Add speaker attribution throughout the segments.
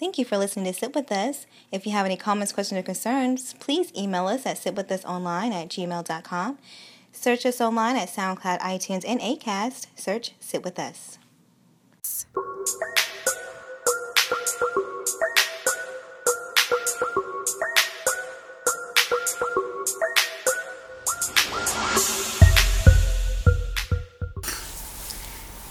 Speaker 1: Thank you for listening to Sit With Us. If you have any comments, questions, or concerns, please email us at sitwithusonline at gmail.com. Search us online at SoundCloud, iTunes, and ACAST. Search Sit With Us.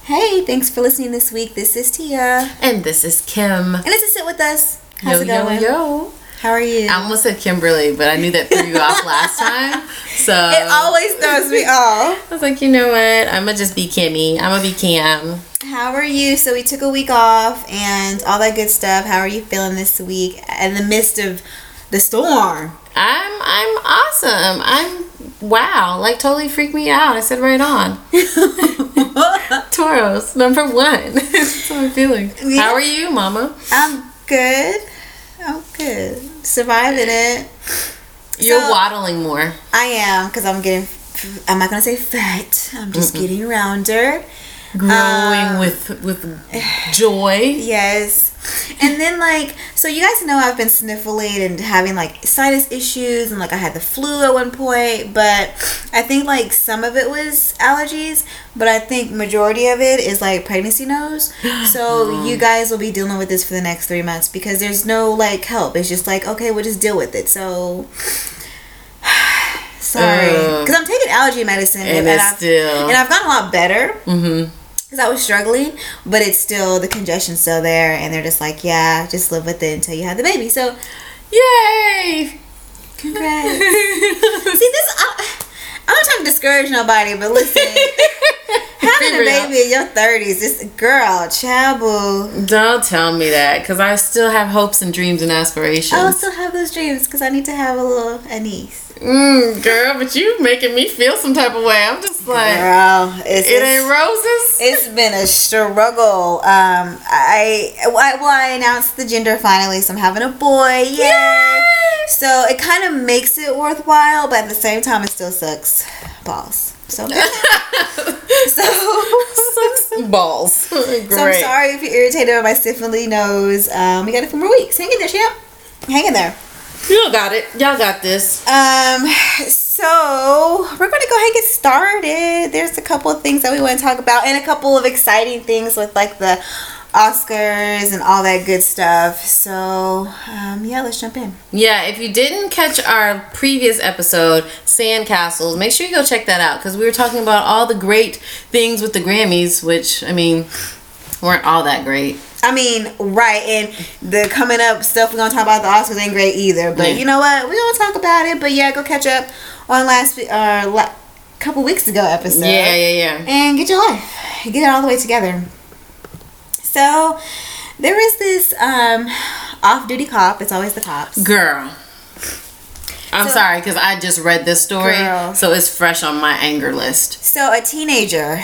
Speaker 1: Hey, thanks for listening this week. This is Tia.
Speaker 2: And this is Kim.
Speaker 1: And this is Sit With Us. How's
Speaker 2: yo,
Speaker 1: it going?
Speaker 2: yo, yo.
Speaker 1: How are you?
Speaker 2: I almost said Kimberly, but I knew that threw you off last time. So
Speaker 1: it always throws me off.
Speaker 2: I was like, you know what? I'm going to just be Kimmy. I'm going to be Cam.
Speaker 1: How are you? So we took a week off and all that good stuff. How are you feeling this week in the midst of the storm?
Speaker 2: I'm I'm awesome. I'm wow. Like totally freaked me out. I said right on. Toros number one. That's how I'm feeling.
Speaker 1: Yeah.
Speaker 2: How are you, Mama?
Speaker 1: I'm good. I'm good. Surviving it.
Speaker 2: You're
Speaker 1: So-
Speaker 2: waddling more.
Speaker 1: I am because I'm getting. I'm not gonna say fat. I'm just getting rounder.
Speaker 2: Growing
Speaker 1: Um,
Speaker 2: with with joy.
Speaker 1: Yes. And then like so you guys know I've been sniffling and having like sinus issues and like I had the flu at one point, but I think like some of it was allergies, but I think majority of it is like pregnancy nose. So you guys will be dealing with this for the next 3 months because there's no like help. It's just like okay, we'll just deal with it. So Sorry,
Speaker 2: Ugh.
Speaker 1: because I'm taking allergy medicine,
Speaker 2: And it's
Speaker 1: I've,
Speaker 2: still-
Speaker 1: and I've gotten a lot better
Speaker 2: Mm-hmm.
Speaker 1: because I was struggling, but it's still the congestion's still there, and they're just like, yeah, just live with it until you have the baby. So,
Speaker 2: Yay!
Speaker 1: congrats. See, this I, I'm not trying to discourage nobody, but listen, having
Speaker 2: Be
Speaker 1: a
Speaker 2: real.
Speaker 1: baby in your 30s, this girl, chabu.
Speaker 2: Don't tell me that, because I still have hopes and dreams and aspirations.
Speaker 1: I also have those dreams because I need to have a little a niece.
Speaker 2: Mm, girl, but you making me feel some type of way. I'm just like,
Speaker 1: Girl, it's,
Speaker 2: it ain't roses.
Speaker 1: it's been a struggle. Um, I, I well, I announced the gender finally, so I'm having a boy. Yay! So it kind of makes it worthwhile, but at the same time, it still sucks balls. So, so,
Speaker 2: Sucks balls. Great.
Speaker 1: so I'm sorry if you're irritated by my stiffly nose. Um, we got a few more weeks. Hang in there, champ. Hang in there.
Speaker 2: You got it. Y'all got this.
Speaker 1: Um, so we're gonna go ahead and get started. There's a couple of things that we want to talk about, and a couple of exciting things with like the Oscars and all that good stuff. So, um, yeah, let's jump in.
Speaker 2: Yeah, if you didn't catch our previous episode, Sandcastles, make sure you go check that out because we were talking about all the great things with the Grammys, which, I mean, weren't all that great.
Speaker 1: I mean, right, and the coming up stuff we're gonna talk about at the Oscars ain't great either. But
Speaker 2: Yeah.
Speaker 1: you know what? We're gonna talk about it. But yeah, go catch up on last we- uh, la- couple weeks ago episode.
Speaker 2: Yeah, yeah, yeah.
Speaker 1: and get your life get it all the way together so there is this um off-duty cop it's always the cops
Speaker 2: Girl. I'm
Speaker 1: So-
Speaker 2: sorry because I just read this story,
Speaker 1: Girl.
Speaker 2: so it's fresh on my anger list.
Speaker 1: so a teenager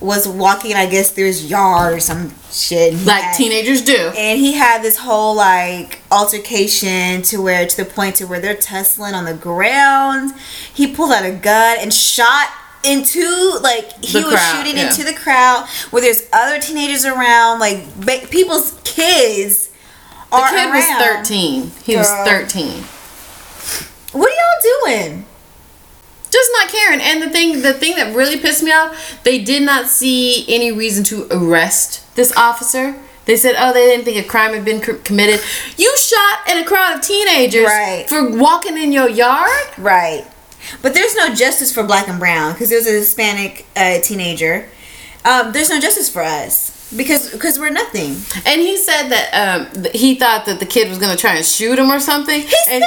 Speaker 1: was walking i guess through his yard or some shit and he
Speaker 2: like
Speaker 1: had-
Speaker 2: teenagers do.
Speaker 1: and he had this whole like altercation to where to the point to where they're tussling on the ground he pulled out a gun and shot into like he
Speaker 2: The
Speaker 1: was
Speaker 2: crowd,
Speaker 1: shooting
Speaker 2: yeah.
Speaker 1: into the crowd where there's other teenagers around like ba- people's kids
Speaker 2: The
Speaker 1: are
Speaker 2: kid was
Speaker 1: around.
Speaker 2: 13. He was
Speaker 1: Girl.
Speaker 2: 13.
Speaker 1: what are y'all doing
Speaker 2: Just not caring. And the thing the thing that really pissed me off, they did not see any reason to arrest this officer. They said, "Oh, they didn't think a crime had been co- committed." You shot at a crowd of teenagers
Speaker 1: Right.
Speaker 2: for walking in your yard?
Speaker 1: Right. But there's no justice for black and brown because it was a Hispanic uh, teenager. Um, there's no justice for us because because we're nothing.
Speaker 2: And he said that um, th- he thought that the kid was going to try and shoot him or something. He's and,
Speaker 1: 13!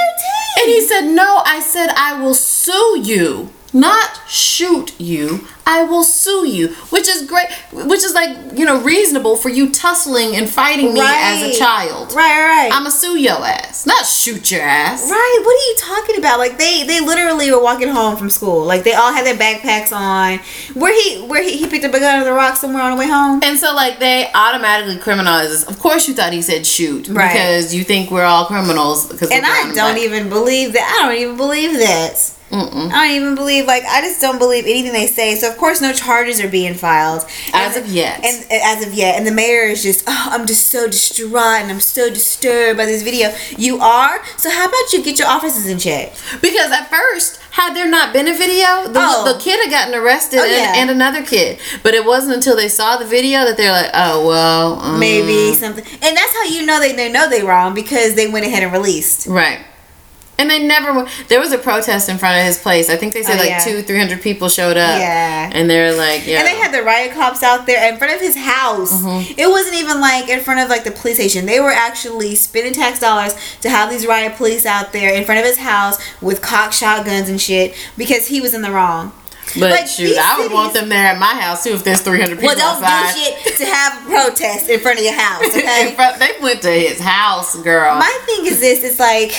Speaker 2: And he said, No, I said, I will sue you. Not shoot you. I will sue you. Which is great. Which is like, you know, reasonable for you tussling and fighting me as
Speaker 1: Right.
Speaker 2: a child.
Speaker 1: Right, right. right.
Speaker 2: I'm going to sue your ass. Not shoot your ass.
Speaker 1: Right, what are you talking about? Like they they literally were walking home from school. Like they all had their backpacks on. Where he where he, he picked up a gun under the rock somewhere on the way home.
Speaker 2: And so, like, they automatically criminalize us. Of course, you thought he said shoot.
Speaker 1: Right.
Speaker 2: Because you think we're all criminals. Because
Speaker 1: And I don't even believe that. I don't even believe that. I don't even believe like I just don't believe anything they say. So of course, no charges are being filed
Speaker 2: As
Speaker 1: And-
Speaker 2: of yet.
Speaker 1: And as of yet, and the mayor is just, oh, I'm just so distraught and I'm so disturbed by this video. You are. So how about you get your offices in check?
Speaker 2: Because at first, had there not been a video, the,
Speaker 1: Oh.
Speaker 2: the kid had gotten arrested
Speaker 1: Oh,
Speaker 2: and,
Speaker 1: yeah.
Speaker 2: and another kid. But it wasn't until they saw the video that they're like, oh, well. um,
Speaker 1: Maybe something. And that's how you know they, they know they wrong because they went ahead and released.
Speaker 2: Right. And they never. wa- There was a protest in front of his place. I think they said
Speaker 1: Oh,
Speaker 2: like
Speaker 1: yeah.
Speaker 2: two, three hundred people showed up.
Speaker 1: Yeah. Mm-hmm.
Speaker 2: And they're like, yeah.
Speaker 1: And they had the riot cops out there in front of his house. It wasn't even like in front of like the police station. They were actually spending tax dollars to have these riot police out there in front of his house with cock shotguns and shit because he was in the wrong.
Speaker 2: but
Speaker 1: like,
Speaker 2: shoot,
Speaker 1: these
Speaker 2: I would want
Speaker 1: cities-
Speaker 2: them there at my house too if there's three hundred
Speaker 1: Well,
Speaker 2: people
Speaker 1: don't
Speaker 2: outside.
Speaker 1: do shit to have protests in front of your house, okay?
Speaker 2: In front- they went to his house, girl.
Speaker 1: My thing is this: it's like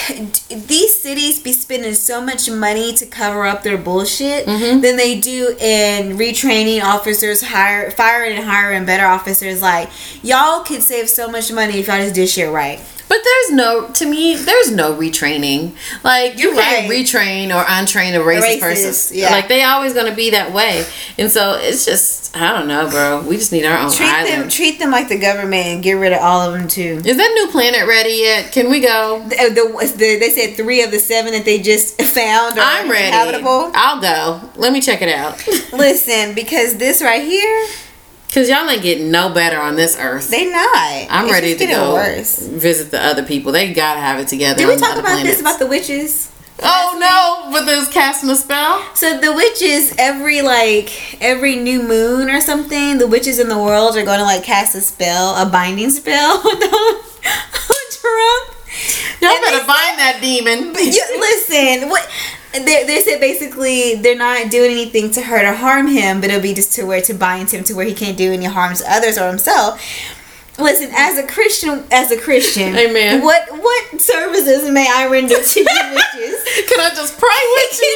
Speaker 1: d- these cities be spending so much money to cover up their bullshit
Speaker 2: Mm-hmm.
Speaker 1: than they do in retraining officers, hire, firing and hiring better officers. Like y'all could save so much money if y'all just did shit right.
Speaker 2: but there's no, to me, there's no retraining. Like you
Speaker 1: You're
Speaker 2: can't
Speaker 1: right.
Speaker 2: retrain or untrain a racist,
Speaker 1: Racist,
Speaker 2: person.
Speaker 1: yeah.
Speaker 2: Like they always gonna be that way. And so it's just, I don't know, bro. We just need our own
Speaker 1: Treat
Speaker 2: island.
Speaker 1: them, treat them like the government, and get rid of all of them too.
Speaker 2: Is that new planet ready yet? Can we go?
Speaker 1: The, the, the- they said three of the seven that they just found are
Speaker 2: I'm ready.
Speaker 1: habitable.
Speaker 2: I'll go. Let me check it out.
Speaker 1: Listen, because this right here,
Speaker 2: Cause y'all ain't getting no better on this earth.
Speaker 1: they not.
Speaker 2: I'm
Speaker 1: It's
Speaker 2: ready
Speaker 1: just
Speaker 2: to
Speaker 1: getting
Speaker 2: go
Speaker 1: worse.
Speaker 2: visit the other people. They gotta have it together.
Speaker 1: Did we
Speaker 2: on
Speaker 1: talk
Speaker 2: other
Speaker 1: about this
Speaker 2: planets.
Speaker 1: about the witches?
Speaker 2: oh no! But there's casting a spell.
Speaker 1: So the witches every like every new moon or something, the witches in the world are going to like cast a spell, a binding spell on Trump.
Speaker 2: Y'all
Speaker 1: And
Speaker 2: better
Speaker 1: they-
Speaker 2: find that demon.
Speaker 1: you, listen, what they, they said basically they're not doing anything to hurt or harm him, but it'll be just to where to bind him to where he can't do any harm to others or himself. Listen, as a Christian, as a Christian,
Speaker 2: Amen.
Speaker 1: What what services may I render to you witches?
Speaker 2: Can I just pray with you?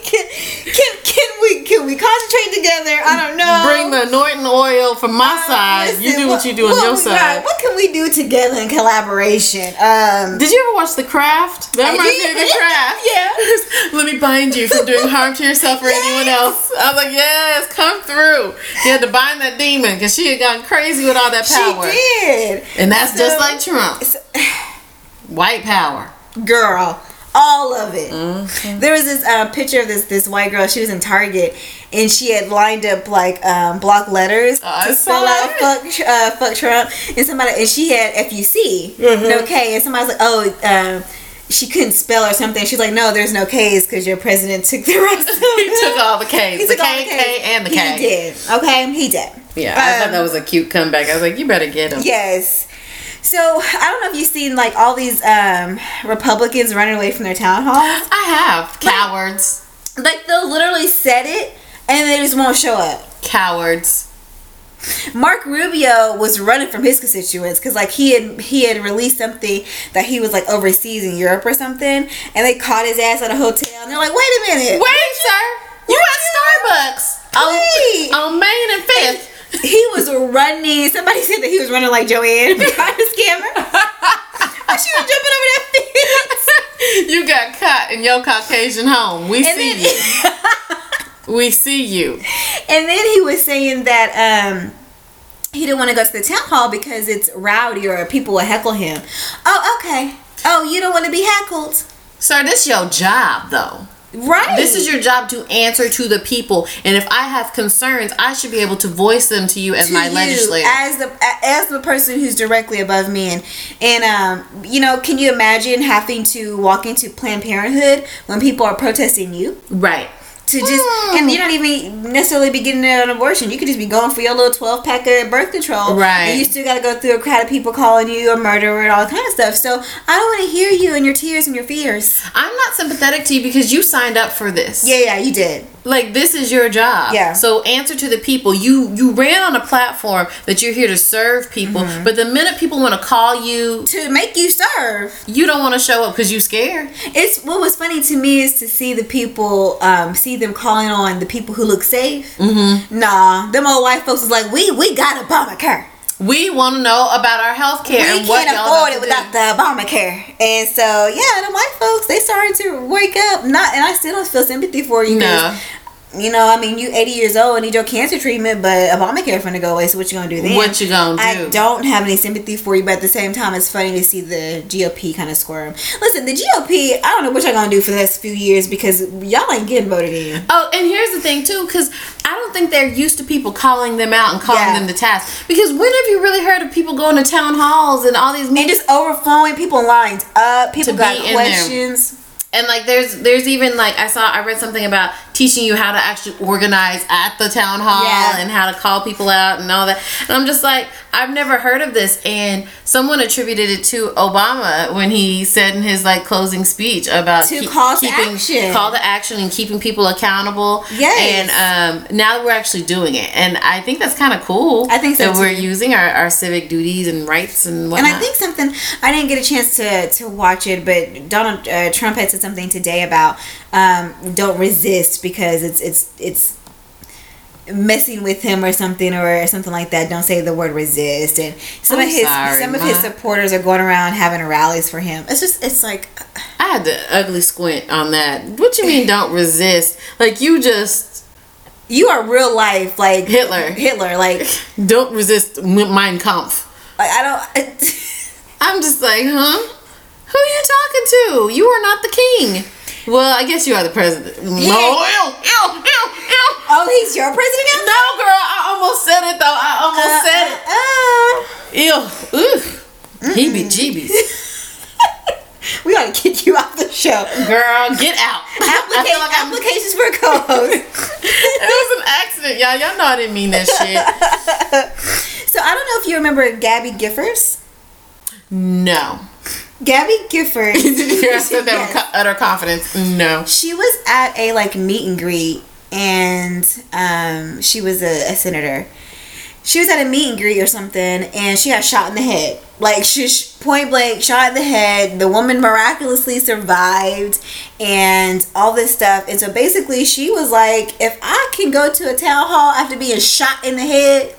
Speaker 1: can, can can we can we concentrate together? I don't know.
Speaker 2: Bring the anointing oil from my
Speaker 1: Uh,
Speaker 2: side. you
Speaker 1: listen,
Speaker 2: do what, you do on
Speaker 1: what
Speaker 2: your
Speaker 1: we-
Speaker 2: side.
Speaker 1: right, what can we do together in collaboration? Um,
Speaker 2: Did you ever watch The Craft? That reminds me of The Craft. Yes. Let me bind you from doing harm to yourself or anyone else. I was like, yes, come through. You had to bind that demon because she had gone crazy with all that power.
Speaker 1: she did,
Speaker 2: And that's just
Speaker 1: So-
Speaker 2: like Trump. White power.
Speaker 1: girl. All of it.
Speaker 2: Mm-hmm.
Speaker 1: There was this uh, picture of this this white girl. She was in Target, and she had lined up like um, block letters
Speaker 2: Oh, I
Speaker 1: to
Speaker 2: saw
Speaker 1: spell out
Speaker 2: it.
Speaker 1: "fuck Tr- uh, fuck Trump." And somebody and she had FUC,
Speaker 2: Mm-hmm.
Speaker 1: no K. And somebody was like, "Oh, um, she couldn't spell or something." She's like, "No, there's no K's because your president took the rest." Of
Speaker 2: He
Speaker 1: it.
Speaker 2: took all the K's. the
Speaker 1: took all
Speaker 2: K, K, and the K.
Speaker 1: He did. Okay, he did.
Speaker 2: Yeah, I thought
Speaker 1: Um,
Speaker 2: that was a cute comeback. I was like, you better get him.
Speaker 1: Yes. So I don't know if you've seen like all these um, Republicans running away from their town halls.
Speaker 2: I have. Cowards.
Speaker 1: Like they'll literally said it and they just won't show up.
Speaker 2: Cowards.
Speaker 1: Mark Rubio was running from his constituents because like he had he had released something that he was like overseas in Europe or something, and they caught his ass at a hotel and they're like, wait a minute,
Speaker 2: Wait, sir. You at Starbucks
Speaker 1: Wait.
Speaker 2: on, on Main and Fifth.
Speaker 1: he was running. Somebody said that he was running like Joanne behind a scammer. But she was jumping over that fence.
Speaker 2: you got caught in your Caucasian home. We
Speaker 1: And
Speaker 2: see
Speaker 1: then,
Speaker 2: you. We see you.
Speaker 1: and then he was saying that um, he didn't want to go to the town hall because it's rowdy or people will heckle him. Oh, okay. Oh, you don't want to be heckled,
Speaker 2: Sir, this your job though.
Speaker 1: right?
Speaker 2: This is your job to answer to the people. And if I have concerns, I should be able to voice them to you as
Speaker 1: to
Speaker 2: my
Speaker 1: you
Speaker 2: legislator.
Speaker 1: as the a- as the person who's directly above me and and um you know can you imagine having to walk into planned parenthood when people are protesting you
Speaker 2: right.
Speaker 1: to just and you're not even necessarily be getting an abortion. You could just be going for your little twelve pack of birth control.
Speaker 2: Right.
Speaker 1: And you still gotta go through a crowd of people calling you a murderer and all kind of stuff. So I don't wanna hear you and your tears and your fears.
Speaker 2: I'm not sympathetic to you because you signed up for this.
Speaker 1: Yeah, yeah, you did.
Speaker 2: Like this is your job.
Speaker 1: Yeah.
Speaker 2: So answer to the people. You you ran on a platform that you're here to serve people, but the minute people want to call you,
Speaker 1: To make you serve.
Speaker 2: you don't want to show up because you scared.
Speaker 1: It's what was funny to me is to see the people, um, see them calling Mm. on the people who look safe. Mm-hmm. Nah, them old white folks was like, we we got Obamacare.
Speaker 2: We want to know about our health care
Speaker 1: we
Speaker 2: and what
Speaker 1: can't
Speaker 2: y'all
Speaker 1: afford it
Speaker 2: about to
Speaker 1: without
Speaker 2: do.
Speaker 1: the Obamacare. And so, yeah, the white folks, they starting to wake up. Not, and I still don't feel sympathy for you. 'cause, You know, I mean, you 80 years old and need your cancer treatment, but Obamacare finna go away. So what you gonna do then?
Speaker 2: What you gonna
Speaker 1: I
Speaker 2: do?
Speaker 1: don't have any sympathy for you, but at the same time, it's funny to see the GOP kind of squirm. Listen, the GOP, I don't know what y'all gonna do for the next few years because y'all ain't getting voted in.
Speaker 2: Oh, and here's the thing too, because I don't think they're used to people calling them out and calling
Speaker 1: Yeah.
Speaker 2: them to task. Because when have you really heard of people going to town halls and all these
Speaker 1: And
Speaker 2: meetings?
Speaker 1: just overflowing people lined up. People
Speaker 2: To
Speaker 1: got
Speaker 2: be in there.
Speaker 1: questions.
Speaker 2: And like, there's there's even like I saw I read something about teaching you how to actually organize at the town hall
Speaker 1: Yeah.
Speaker 2: and how to call people out and all that. And I'm just like, I've never heard of this. And someone attributed it to Obama when he said in his like closing speech about
Speaker 1: To
Speaker 2: keep-
Speaker 1: call to
Speaker 2: keeping
Speaker 1: action.
Speaker 2: call to action and keeping people accountable.
Speaker 1: Yes.
Speaker 2: And um, now we're actually doing it, and I think that's kind of cool.
Speaker 1: I think so,
Speaker 2: that we're
Speaker 1: too.
Speaker 2: using our, our civic duties and rights and
Speaker 1: And
Speaker 2: whatnot.
Speaker 1: I think something I didn't get a chance to to watch it, but Donald uh, Trump had said something today about um, don't resist because it's it's it's messing with him or something or something like that. Don't say the word resist. And some
Speaker 2: I'm
Speaker 1: of his
Speaker 2: sorry,
Speaker 1: some of his
Speaker 2: Ma.
Speaker 1: supporters are going around having rallies for him. It's just it's like
Speaker 2: I had the ugly squint on that. What you mean don't resist? Like you just
Speaker 1: you are real life like
Speaker 2: Hitler.
Speaker 1: Hitler like
Speaker 2: don't resist Mein Kampf.
Speaker 1: like, I don't.
Speaker 2: I'm just like, huh? Who are you talking to? You are not the king. Well, I guess you are the president.
Speaker 1: Yeah.
Speaker 2: Oh, ew, ew, ew, ew.
Speaker 1: oh, he's your president now.
Speaker 2: No, girl, I almost said it though. I almost
Speaker 1: Uh,
Speaker 2: said it. Ew, ooh, heebie jeebies.
Speaker 1: uh, we gotta kick you off the show.
Speaker 2: Girl, get out. I
Speaker 1: Applica-
Speaker 2: feel like I'm-
Speaker 1: applications for co-host.
Speaker 2: it was an accident, y'all. Y'all know I didn't mean that shit.
Speaker 1: So I don't know if you remember Gabby Giffords.
Speaker 2: No.
Speaker 1: Gabby Giffords.
Speaker 2: I said that with
Speaker 1: Yes.
Speaker 2: co- utter confidence. No.
Speaker 1: She was at a like meet and greet, and um, she was a, a senator. She was at a meet and greet or something, and she got shot in the head. Like she sh- point blank shot in the head. The woman miraculously survived, and all this stuff. And so basically, she was like, "If I can go to a town hall after being shot in the head,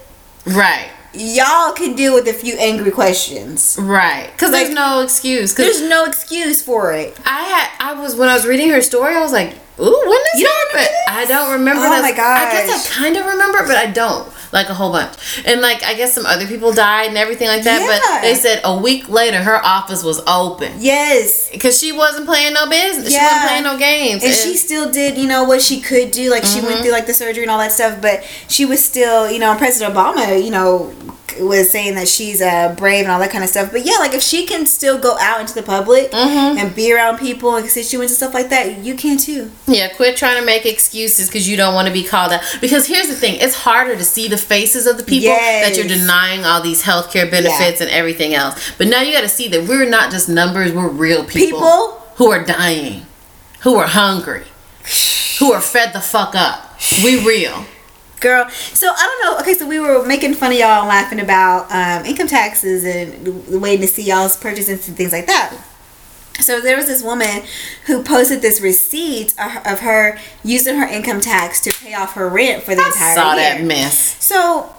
Speaker 2: Right.
Speaker 1: y'all can deal with a few angry questions."
Speaker 2: Right. Because
Speaker 1: Like,
Speaker 2: there's no excuse. Because
Speaker 1: There's no excuse for it.
Speaker 2: I had, I was, when I was reading her story, I was like, ooh, when
Speaker 1: You
Speaker 2: did you
Speaker 1: don't
Speaker 2: happen?
Speaker 1: remember this?
Speaker 2: I don't remember
Speaker 1: Oh
Speaker 2: this.
Speaker 1: my
Speaker 2: I guess
Speaker 1: gosh.
Speaker 2: I kind of remember, but I don't. Like a whole bunch. And like, I guess some other people died and everything like that. But
Speaker 1: Yeah.
Speaker 2: they said a week later, her office was open.
Speaker 1: Yes.
Speaker 2: Because she wasn't playing no business. She
Speaker 1: Yeah.
Speaker 2: wasn't playing no games.
Speaker 1: And Mm-hmm. she still did, you know, what she could do. Like she went through like the surgery and all that stuff, but she was still, you know, President Obama, you know, was saying that she's uh, brave and all that kind of stuff. But yeah, like if she can still go out into the public and be around people and constituents and stuff like that, you can too.
Speaker 2: Yeah, quit trying to make excuses because you don't want to be called out. Because here's the thing it's harder to see the faces of the people
Speaker 1: Yes.
Speaker 2: that you're denying all these healthcare benefits and everything else. But now you got to see that we're not just numbers, we're real people,
Speaker 1: People?
Speaker 2: who are dying, who are hungry, who are fed the fuck up. We real.
Speaker 1: Girl, so I don't know. Okay, so we were making fun of y'all and laughing about um, income taxes and waiting to see y'all's purchases and things like that. So there was this woman who posted this receipt of of her using her income tax to pay off her rent for the entire
Speaker 2: Saw
Speaker 1: year.
Speaker 2: that mess.
Speaker 1: So,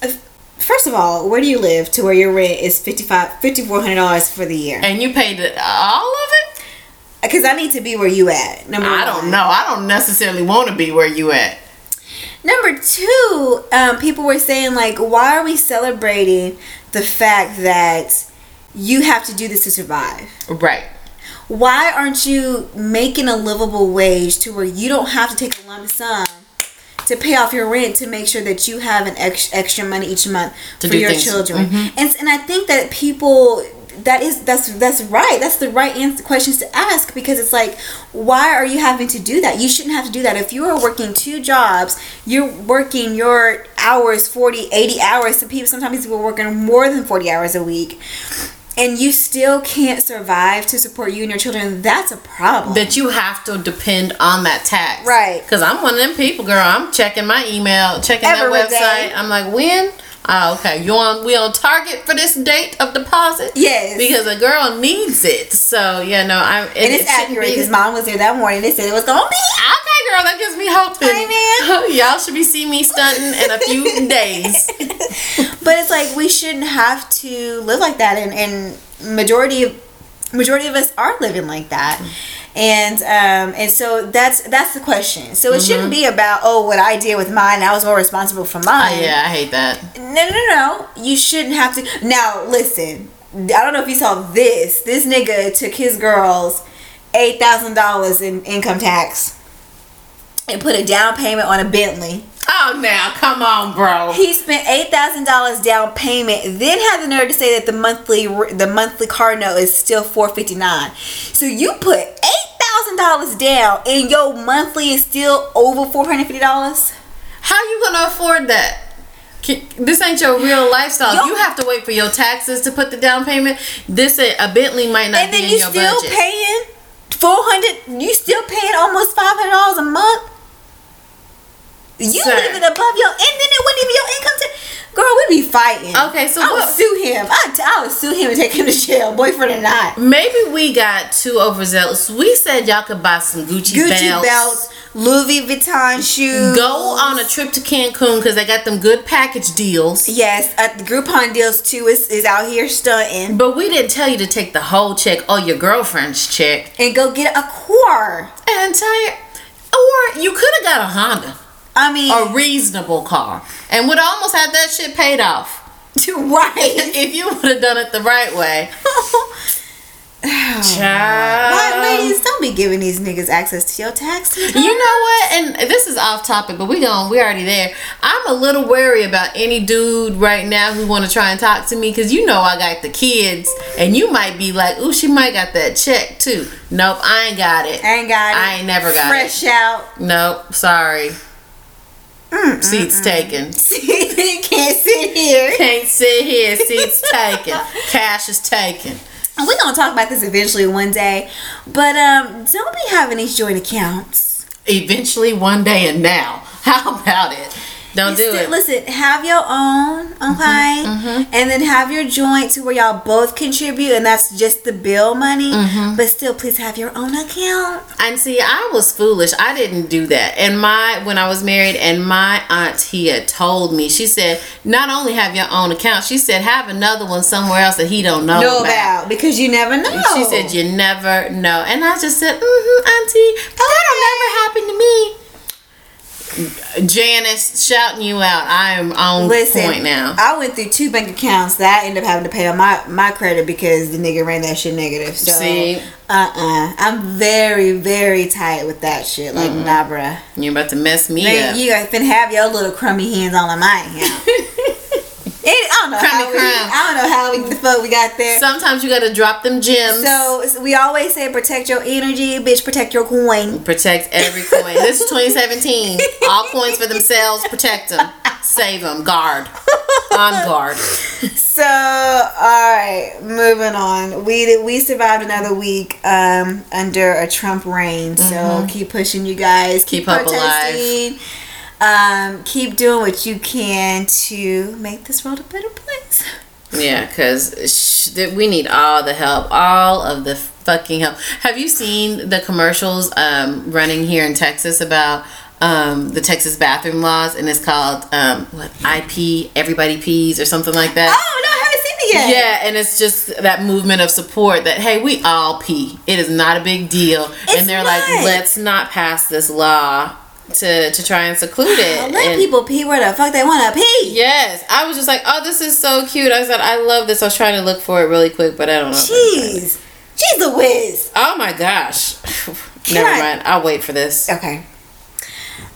Speaker 1: if- first of all, where do you live to where your rent is fifty five fifty four hundred dollars for the year?
Speaker 2: And you paid it- all of it?
Speaker 1: Because I need to be where you at. Number
Speaker 2: I
Speaker 1: one.
Speaker 2: don't know. I don't necessarily want to be where you at.
Speaker 1: Number two, um, people were saying like, why are we celebrating the fact that you have to do this to survive?
Speaker 2: Right.
Speaker 1: Why aren't you making a livable wage to where you don't have to take a lump sum to pay off your rent to make sure that you have an ex- extra money each month
Speaker 2: To
Speaker 1: for
Speaker 2: do
Speaker 1: your
Speaker 2: things. Mm-hmm.
Speaker 1: children? And and I think that people that is that's that's right. That's the right answer, questions to ask because it's like why are you having to do that? You shouldn't have to do that. If you are working two jobs, you're working your hours 40, 80 hours. So people sometimes people are working more than 40 hours a week. And you still can't survive to support you and your children. That's a problem.
Speaker 2: that you have to depend on that tax.
Speaker 1: Right.
Speaker 2: Because I'm one of them people, girl. I'm checking my email, checking
Speaker 1: Every
Speaker 2: that website.
Speaker 1: day.
Speaker 2: I'm like, when? Oh, okay. You on? We on target for this date of deposit?
Speaker 1: Yes.
Speaker 2: Because a girl needs it. So yeah, no, I'm.
Speaker 1: and it's accurate because mom was there that morning. They said it was gonna be.
Speaker 2: Okay, girl, that gives me hope. that-
Speaker 1: Hi,
Speaker 2: Y'all should be seeing me stunting in a few days.
Speaker 1: but it's like we shouldn't have to live like that and, and majority of majority of us are living like that and um and so that's that's the question so it shouldn't be
Speaker 2: Mm-hmm.
Speaker 1: about oh what i did with mine i was more responsible for mine
Speaker 2: Uh, Oh, Yeah, I hate that.
Speaker 1: no no no no you shouldn't have to now listen i don't know if you saw this this nigga took his girls eight thousand dollars in income tax and put a down payment on a bentley
Speaker 2: Oh, now, come on, bro.
Speaker 1: he spent eight thousand dollars down payment, then had the nerve to say that the monthly the monthly car note is still four fifty nine. So you put eight thousand dollars down, and your monthly is still over four hundred fifty dollars.
Speaker 2: How you gonna afford that? Ki- This ain't your real lifestyle.
Speaker 1: Yo-
Speaker 2: you have to wait for your taxes to put the down payment. This a, a Bentley might not
Speaker 1: And
Speaker 2: be
Speaker 1: then
Speaker 2: in
Speaker 1: you
Speaker 2: your
Speaker 1: still
Speaker 2: budget.
Speaker 1: paying four hundred. You still paying almost five hundred dollars a month. You
Speaker 2: Sir.
Speaker 1: living above your, and then it wouldn't even your income tax. Girl, we'd be fighting.
Speaker 2: Okay, so
Speaker 1: I would
Speaker 2: what-
Speaker 1: sue him. I'd, I would sue him and take him to jail, boyfriend or not.
Speaker 2: Maybe we got too overzealous. We said y'all could buy some Gucci,
Speaker 1: Gucci
Speaker 2: belts.
Speaker 1: belts, Louis Vuitton shoes.
Speaker 2: Go on a trip to Cancun because they got them good package deals.
Speaker 1: Yes, uh, the Groupon deals too is, is out here stunting.
Speaker 2: But we didn't tell you to take the whole check or your girlfriend's check.
Speaker 1: And go get a car.
Speaker 2: An entire. Or you could have got a Honda,
Speaker 1: I mean,
Speaker 2: a reasonable car, and would almost had that shit paid off.
Speaker 1: right.
Speaker 2: if you would have done it the right way. Child.
Speaker 1: Why, ladies, don't be giving these niggas access to your taxes.
Speaker 2: You know what? And this is off topic, but we going we already there. I'm a little wary about any dude right now who want to try and talk to me because you know I got the kids, and you might be like, "Ooh, she might got that check too." Nope, I ain't got it.
Speaker 1: I ain't got it.
Speaker 2: I ain't never got
Speaker 1: Fresh out.
Speaker 2: Nope, sorry. Seats taken.
Speaker 1: Can't sit here.
Speaker 2: Can't sit here. Seats taken. Cash is taken.
Speaker 1: And We're going to talk about this eventually one day. But um, don't be having these joint accounts.
Speaker 2: Eventually, one day, and now. How about it? Don't do
Speaker 1: Listen-
Speaker 2: it. Mm-hmm,
Speaker 1: Listen, have your own, okay? And then have your joint to where y'all both contribute, and that's just the bill money.
Speaker 2: Mm-hmm.
Speaker 1: But still, please have your own account.
Speaker 2: And see, I was foolish. I didn't do that. And my when I was married, and my aunt Tia told me, she said, not only have your own account, she said have another one somewhere else that he don't know,
Speaker 1: know
Speaker 2: about.
Speaker 1: about because you never know.
Speaker 2: She said you never know. And I just said, mm-hmm, auntie, but that don't never happen to me. Janice shouting you out. I'm on
Speaker 1: Listen,
Speaker 2: point now.
Speaker 1: I went through two bank accounts that I ended up having to pay on my, my credit because the nigga ran that shit negative. So,
Speaker 2: See?
Speaker 1: uh uh. I'm very, very tight with that shit. Like, nah, bruh.
Speaker 2: You're about to mess me
Speaker 1: Man,
Speaker 2: up.
Speaker 1: you guys finna have your little crummy hands all on my account. it, I don't know how
Speaker 2: Crummy
Speaker 1: we,
Speaker 2: crumb.
Speaker 1: I don't know how we, the fuck we got there.
Speaker 2: Sometimes you gotta drop them gems.
Speaker 1: So, so we always say protect your energy, bitch. Protect your coin.
Speaker 2: Protect every coin. This is 2017. All coins for themselves. Protect them. Save them. Guard. On guard.
Speaker 1: So all right, moving on. We we survived another week um, under a Trump reign. So keep pushing, you guys. Keep,
Speaker 2: Mm-hmm. Keep hope alive.
Speaker 1: protesting. Um, keep doing what you can to make this world a better place.
Speaker 2: Yeah, because sh- th- we need all the help. All of the fucking help. Have you seen the commercials um, running here in Texas about um, the Texas bathroom laws? And it's called, um, what, IP, Everybody Pees, or something like that?
Speaker 1: Oh no, I haven't seen it yet.
Speaker 2: Yeah, and it's just that movement of support that hey, we all pee. It is not a big deal.
Speaker 1: It's
Speaker 2: and they're
Speaker 1: not.
Speaker 2: like, let's not pass this law to to try and seclude it.
Speaker 1: Let
Speaker 2: And-
Speaker 1: people pee where the fuck they want to pee.
Speaker 2: Yes, I was just like, oh, this is so cute. I said, I love this. I was trying to look for it really quick, but I don't know. if I can find it.
Speaker 1: Jeez, she's a whiz.
Speaker 2: Oh my gosh. Never
Speaker 1: God.
Speaker 2: mind. I'll wait for this.
Speaker 1: Okay.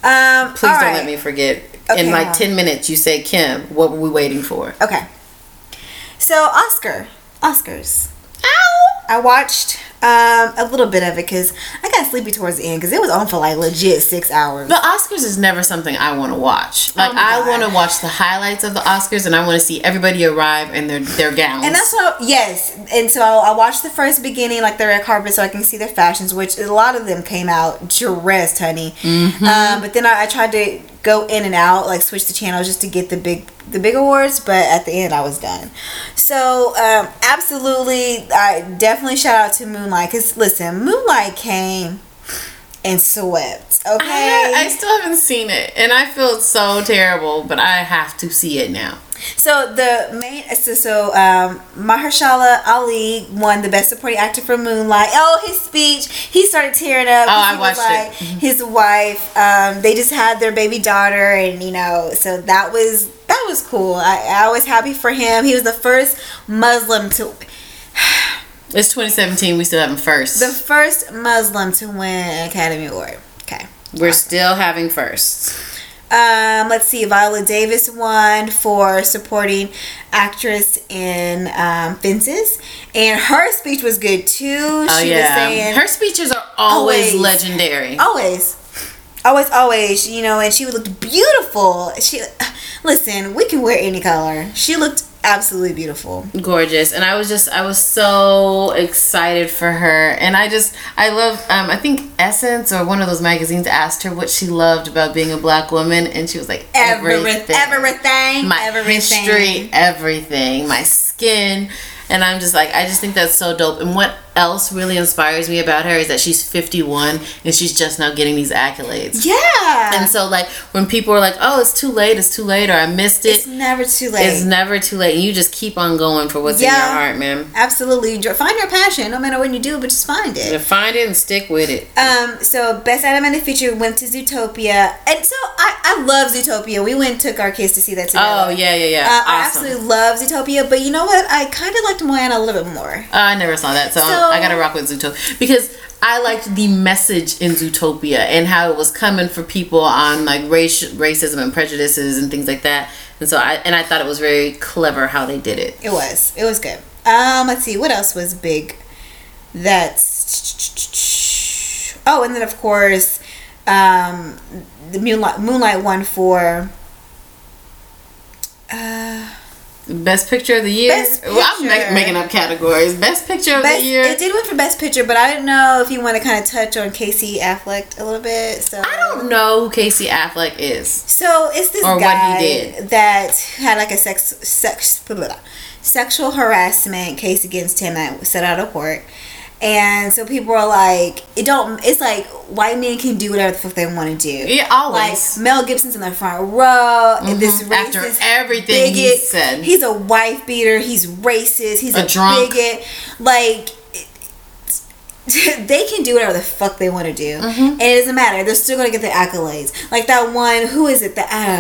Speaker 1: Um,
Speaker 2: Please
Speaker 1: all
Speaker 2: don't
Speaker 1: right.
Speaker 2: let me forget.
Speaker 1: Okay,
Speaker 2: In
Speaker 1: Mom.
Speaker 2: like ten minutes, you say, Kim, what were we waiting for?
Speaker 1: Okay. So Oscar, Oscars.
Speaker 2: Ow!
Speaker 1: I watched um, a little bit of it because I got sleepy towards the end because it was on for like legit six hours.
Speaker 2: The Oscars is never something I want to watch. Like
Speaker 1: Oh my God.
Speaker 2: I want to watch the highlights of the Oscars, and I want to see everybody arrive in their their gowns.
Speaker 1: And that's what, yes. And so I watched the first beginning, like the red carpet, so I can see their fashions, which a lot of them came out dressed, honey.
Speaker 2: Mm-hmm.
Speaker 1: Um, but then I, I tried to go in and out, like switch the channels just to get the big, the big awards. But at the end, I was done. So um, absolutely, I definitely shout out to Moonlight because listen, Moonlight came and swept. Okay.
Speaker 2: I, I still haven't seen it, and I feel so terrible, but I have to see it now.
Speaker 1: So the main so, so um, Mahershala Ali won the best supporting actor for Moonlight. Oh, his speech! He started tearing up.
Speaker 2: Oh, I
Speaker 1: He was
Speaker 2: watched it.
Speaker 1: like, His wife. Um, they just had their baby daughter, and you know, so that was that was cool. I, I was happy for him. He was the first Muslim to
Speaker 2: It's 2017. We still haven't first.
Speaker 1: the first Muslim to win an Academy Award. Okay.
Speaker 2: We're still having firsts.
Speaker 1: Um, let's see, Viola Davis won for supporting actress in um, Fences, and her speech was good too.
Speaker 2: Oh
Speaker 1: she was
Speaker 2: yeah,
Speaker 1: saying
Speaker 2: her speeches are always,
Speaker 1: Always.
Speaker 2: legendary.
Speaker 1: always, always, always, you know, and she looked beautiful. She, listen, we can wear any color. She looked absolutely beautiful.
Speaker 2: gorgeous and i was just i was so excited for her and i just i love um i think essence or one of those magazines asked her what she loved about being a black woman and she was like everything
Speaker 1: Everything, everything,
Speaker 2: my
Speaker 1: everything.
Speaker 2: history everything my skin and i'm just like i just think that's so dope and what else really inspires me about her is that she's 51 and she's just now getting these accolades
Speaker 1: Yeah,
Speaker 2: and so like when people are like oh it's too late it's too late or i missed it
Speaker 1: it's never too late.
Speaker 2: it's never too late. You just keep on going for what's in
Speaker 1: Yeah.
Speaker 2: your heart, man.
Speaker 1: absolutely, Dr- find your passion, no matter what you do, but just find it.
Speaker 2: You find it and stick with it.
Speaker 1: Um, so best animated feature went to Zootopia, and so I, I love Zootopia. We went and took our kids to see that together.
Speaker 2: Oh yeah, yeah, yeah.
Speaker 1: Uh, I
Speaker 2: awesome.
Speaker 1: absolutely love Zootopia, but you know what? I kind of liked Moana a little bit more.
Speaker 2: Uh, I never saw that, so, I'm-
Speaker 1: So-
Speaker 2: I gotta rock with Zootopia because I liked the message in Zootopia and how it was coming for people on like race, racism and prejudices and things like that. And so I and I thought it was very clever how they did it.
Speaker 1: It was, it was good. Um, let's see, what else was big? That's oh, and then of course, um, the Moonlight Moonlight won for. uh,
Speaker 2: Best picture of the year.
Speaker 1: Best
Speaker 2: Well, I'm ma-
Speaker 1: picture.
Speaker 2: making up categories. Best picture of
Speaker 1: Best,
Speaker 2: the year.
Speaker 1: it did win for best picture, but I do not know if you want to kind of touch on Casey Affleck a little bit. So
Speaker 2: I don't know who Casey Affleck is.
Speaker 1: So it's this
Speaker 2: Or what he
Speaker 1: guy
Speaker 2: did.
Speaker 1: that had like a sex sex blah, blah, blah, sexual harassment case against him that was set out of court, and so people are like, it don't. It's like white men can do whatever the fuck they want to do.
Speaker 2: Yeah,
Speaker 1: Like
Speaker 2: always.
Speaker 1: Mel Gibson's in the front row. and This racist
Speaker 2: Mm-hmm. After everything he
Speaker 1: bigot.
Speaker 2: said.
Speaker 1: he's a wife beater. He's racist. He's
Speaker 2: A
Speaker 1: a,
Speaker 2: drunk.
Speaker 1: bigot. Like they can do whatever the fuck they want to do,
Speaker 2: Mm-hmm.
Speaker 1: and it doesn't matter. They're still gonna get the accolades. Like that one, who is it? That I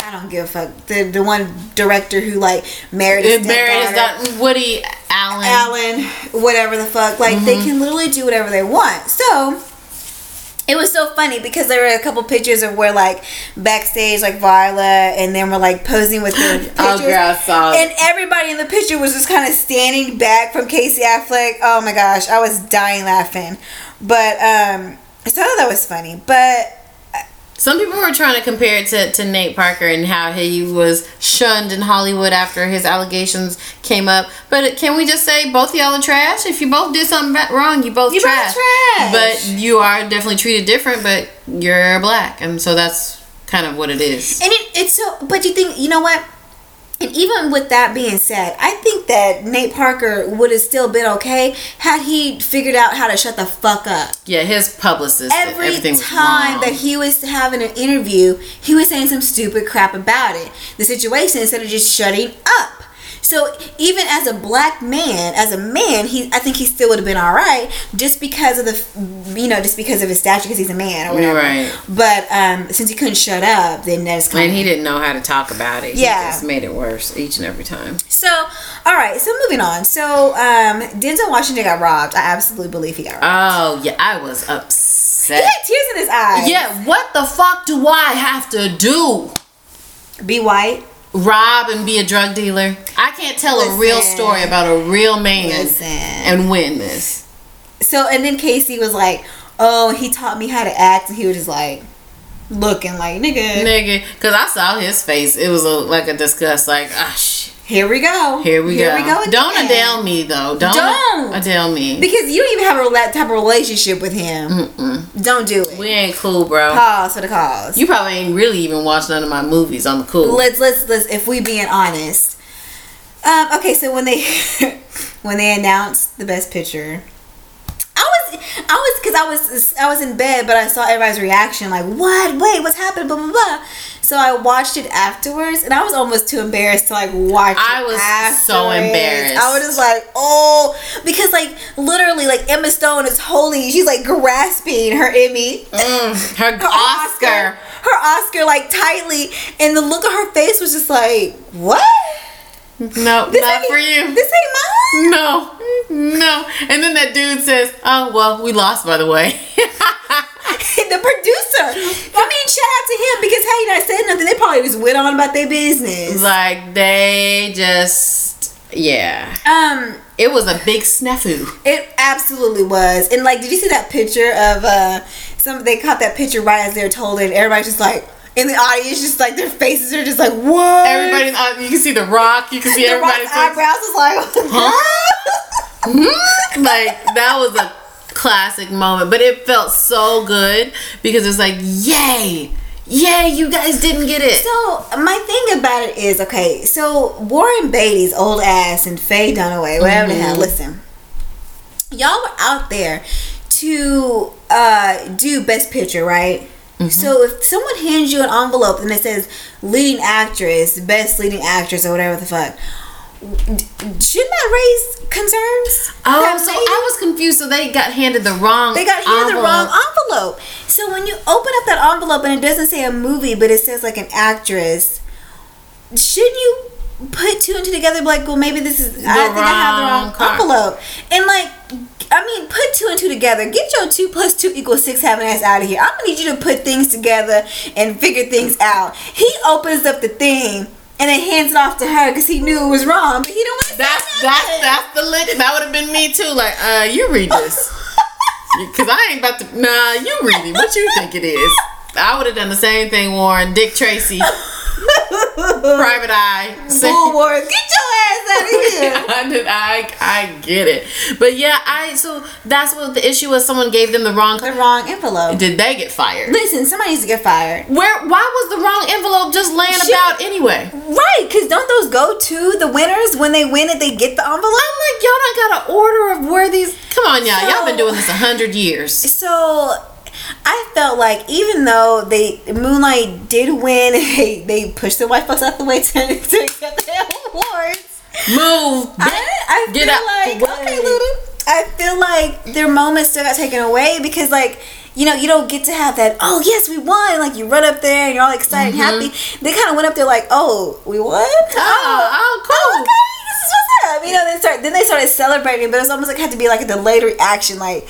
Speaker 1: don't, I don't give a fuck. The the one director who like married his
Speaker 2: It married his
Speaker 1: stepdaughter,
Speaker 2: daughter, Woody Allen.
Speaker 1: Alan, whatever the fuck. Like they
Speaker 2: Mm-hmm.
Speaker 1: can literally do whatever they want. So. It was so funny because there were a couple pictures of where like backstage like Viola and then we're like posing with their pictures.
Speaker 2: Oh, girl, I saw it.
Speaker 1: And everybody in the picture was just kind of standing back from Casey Affleck. Oh my gosh, I was dying laughing. But um, so I thought that was funny. But
Speaker 2: Some people were trying to compare it to, to Nate Parker and how he was shunned in Hollywood after his allegations came up. But can we just say both y'all are trash? If you both did something ba- wrong, you both
Speaker 1: You both
Speaker 2: trash.
Speaker 1: trash.
Speaker 2: But you are definitely treated different, but you're black. And so that's kind of what it is.
Speaker 1: and it, it's so. But you think you know what? And even with that being said, I think that Nate Parker would have still been okay had he figured out how to shut the fuck up.
Speaker 2: Yeah, his publicist.
Speaker 1: every
Speaker 2: everything was
Speaker 1: time
Speaker 2: wrong.
Speaker 1: that he was having an interview, he was saying some stupid crap about it, the situation, instead of just shutting up. So even as a black man, as a man, he I think he still would have been all right just because of the, you know, just because of his stature because he's a man or whatever.
Speaker 2: Right.
Speaker 1: But um, since he couldn't shut up, then that's kind
Speaker 2: And
Speaker 1: of
Speaker 2: he didn't know how to talk about it. He
Speaker 1: Yeah.
Speaker 2: just made it worse each and every time.
Speaker 1: so. All right, so moving on. So um, Denzel Washington got robbed. I absolutely believe he got robbed.
Speaker 2: Oh, yeah, I was
Speaker 1: he
Speaker 2: upset.
Speaker 1: had tears in his eyes.
Speaker 2: Yeah, what the fuck do I have to do?
Speaker 1: Be white.
Speaker 2: Rob and be a drug dealer? I can't tell a real
Speaker 1: Listen.
Speaker 2: story about a real man
Speaker 1: Listen.
Speaker 2: and win this.
Speaker 1: So and then Casey was like, "Oh, he taught me how to act," and he was just like looking like, "Nigga,
Speaker 2: Nigga, because I saw his face. It was a, like a disgust, like, ah, shit.
Speaker 1: here we go,
Speaker 2: Here we
Speaker 1: here
Speaker 2: go.
Speaker 1: we go." Again.
Speaker 2: Don't Adele me, though. Don't,
Speaker 1: Don't.
Speaker 2: Adele me.
Speaker 1: because you don't even have a, that type of relationship with him.
Speaker 2: Mm-hmm.
Speaker 1: Don't do it.
Speaker 2: we ain't cool, bro.
Speaker 1: Pause for the cause.
Speaker 2: you probably ain't really even watched none of my movies on the cool.
Speaker 1: let's let's let's if we being honest. Um, okay, so when they when they announced the best picture, I was I was because I was I was in bed, but I saw everybody's reaction. Like, what? Wait, what's happened? Blah blah blah. So I watched it afterwards, and I was almost too embarrassed to like watch.
Speaker 2: I
Speaker 1: it
Speaker 2: was so
Speaker 1: afterwards.
Speaker 2: embarrassed.
Speaker 1: I was just like, oh, because like literally, like Emma Stone is holding. She's like grasping her Emmy.
Speaker 2: Mm, her
Speaker 1: her
Speaker 2: Oscar.
Speaker 1: Her Oscar, like tightly, and the look on her face was just like, what?
Speaker 2: No, not
Speaker 1: ain't-
Speaker 2: for you.
Speaker 1: This ain't mine.
Speaker 2: No, no. And then that dude says, "Oh well, we lost by the way."
Speaker 1: the producer. I mean, shout out to him because how you not said nothing? They probably just went on about their business.
Speaker 2: like they just, yeah.
Speaker 1: Um,
Speaker 2: It was a big snafu.
Speaker 1: it absolutely was. And like, did you see that picture of uh some? They caught that picture right as they were told it. And everybody's just like in the audience, just like their faces are just like what?
Speaker 2: Everybody, uh, you can see the Rock. You can see
Speaker 1: The Rock's
Speaker 2: everybody's face.
Speaker 1: eyebrows is like,
Speaker 2: Mhm. like that was a classic moment, but it felt so good because it's like, yay, yay, you guys didn't get it.
Speaker 1: So my thing about it is okay. So Warren Beatty's old ass and Faye Dunaway, whatever the
Speaker 2: Mm-hmm.
Speaker 1: hell. Listen, y'all were out there to uh, do Best Picture, right?
Speaker 2: Mm-hmm.
Speaker 1: So if someone hands you an envelope and it says leading actress, best leading actress, or whatever the fuck, d- shouldn't that raise concerns?
Speaker 2: Oh,
Speaker 1: That
Speaker 2: so
Speaker 1: maybe-
Speaker 2: I was confused. So they got handed the wrong.
Speaker 1: they got handed the
Speaker 2: envelope.
Speaker 1: wrong envelope. So when you open up that envelope and it doesn't say a movie, but it says like an actress, shouldn't you put two and two together? and be Like, well, maybe this is. I think I
Speaker 2: wrong
Speaker 1: have the wrong
Speaker 2: card.
Speaker 1: envelope. And like, I mean, put two and two together. Get your two plus two equals six having ass out of here. I'm gonna need you to put things together and figure things out. He opens up the thing. And then hands it off to her because he knew it was wrong, but he don't want to.
Speaker 2: That's that's that's the lick. That would have been me too. Like, uh, you read this, because I ain't about to. Nah, you read it. What you think it is? I would have done the same thing, Warren. Dick Tracy, Private Eye.
Speaker 1: Bull Warren, get your ass out of here.
Speaker 2: I, did- I I get it, but yeah, I so that's what the issue was. Someone gave them the wrong.
Speaker 1: the wrong envelope.
Speaker 2: Did they get fired?
Speaker 1: Listen, somebody needs to get fired.
Speaker 2: Where? Why was the wrong envelope just laying
Speaker 1: Shit.
Speaker 2: about anyway?
Speaker 1: Right, because don't those go to the winners when they win it? They get the envelope.
Speaker 2: Like y'all done got an order of where these. Come on, y'all. y'all been
Speaker 1: So-
Speaker 2: doing this a hundred years.
Speaker 1: So I felt like even though they Moonlight did win, they they pushed the white folks out the way to, to accept the awards.
Speaker 2: Move.
Speaker 1: I, I
Speaker 2: Get
Speaker 1: feel
Speaker 2: out
Speaker 1: like
Speaker 2: the way.
Speaker 1: okay, Luda. I feel like their moments still got taken away because like you know you don't get to have that. Oh yes, we won! Like you run up there and you're all excited and happy. They kind of went up there like, oh, we won.
Speaker 2: Mm-hmm. Oh, oh, cool.
Speaker 1: okay, this is what's up. You know, they start then they started celebrating, but it was almost like had to be like a delayed reaction, like,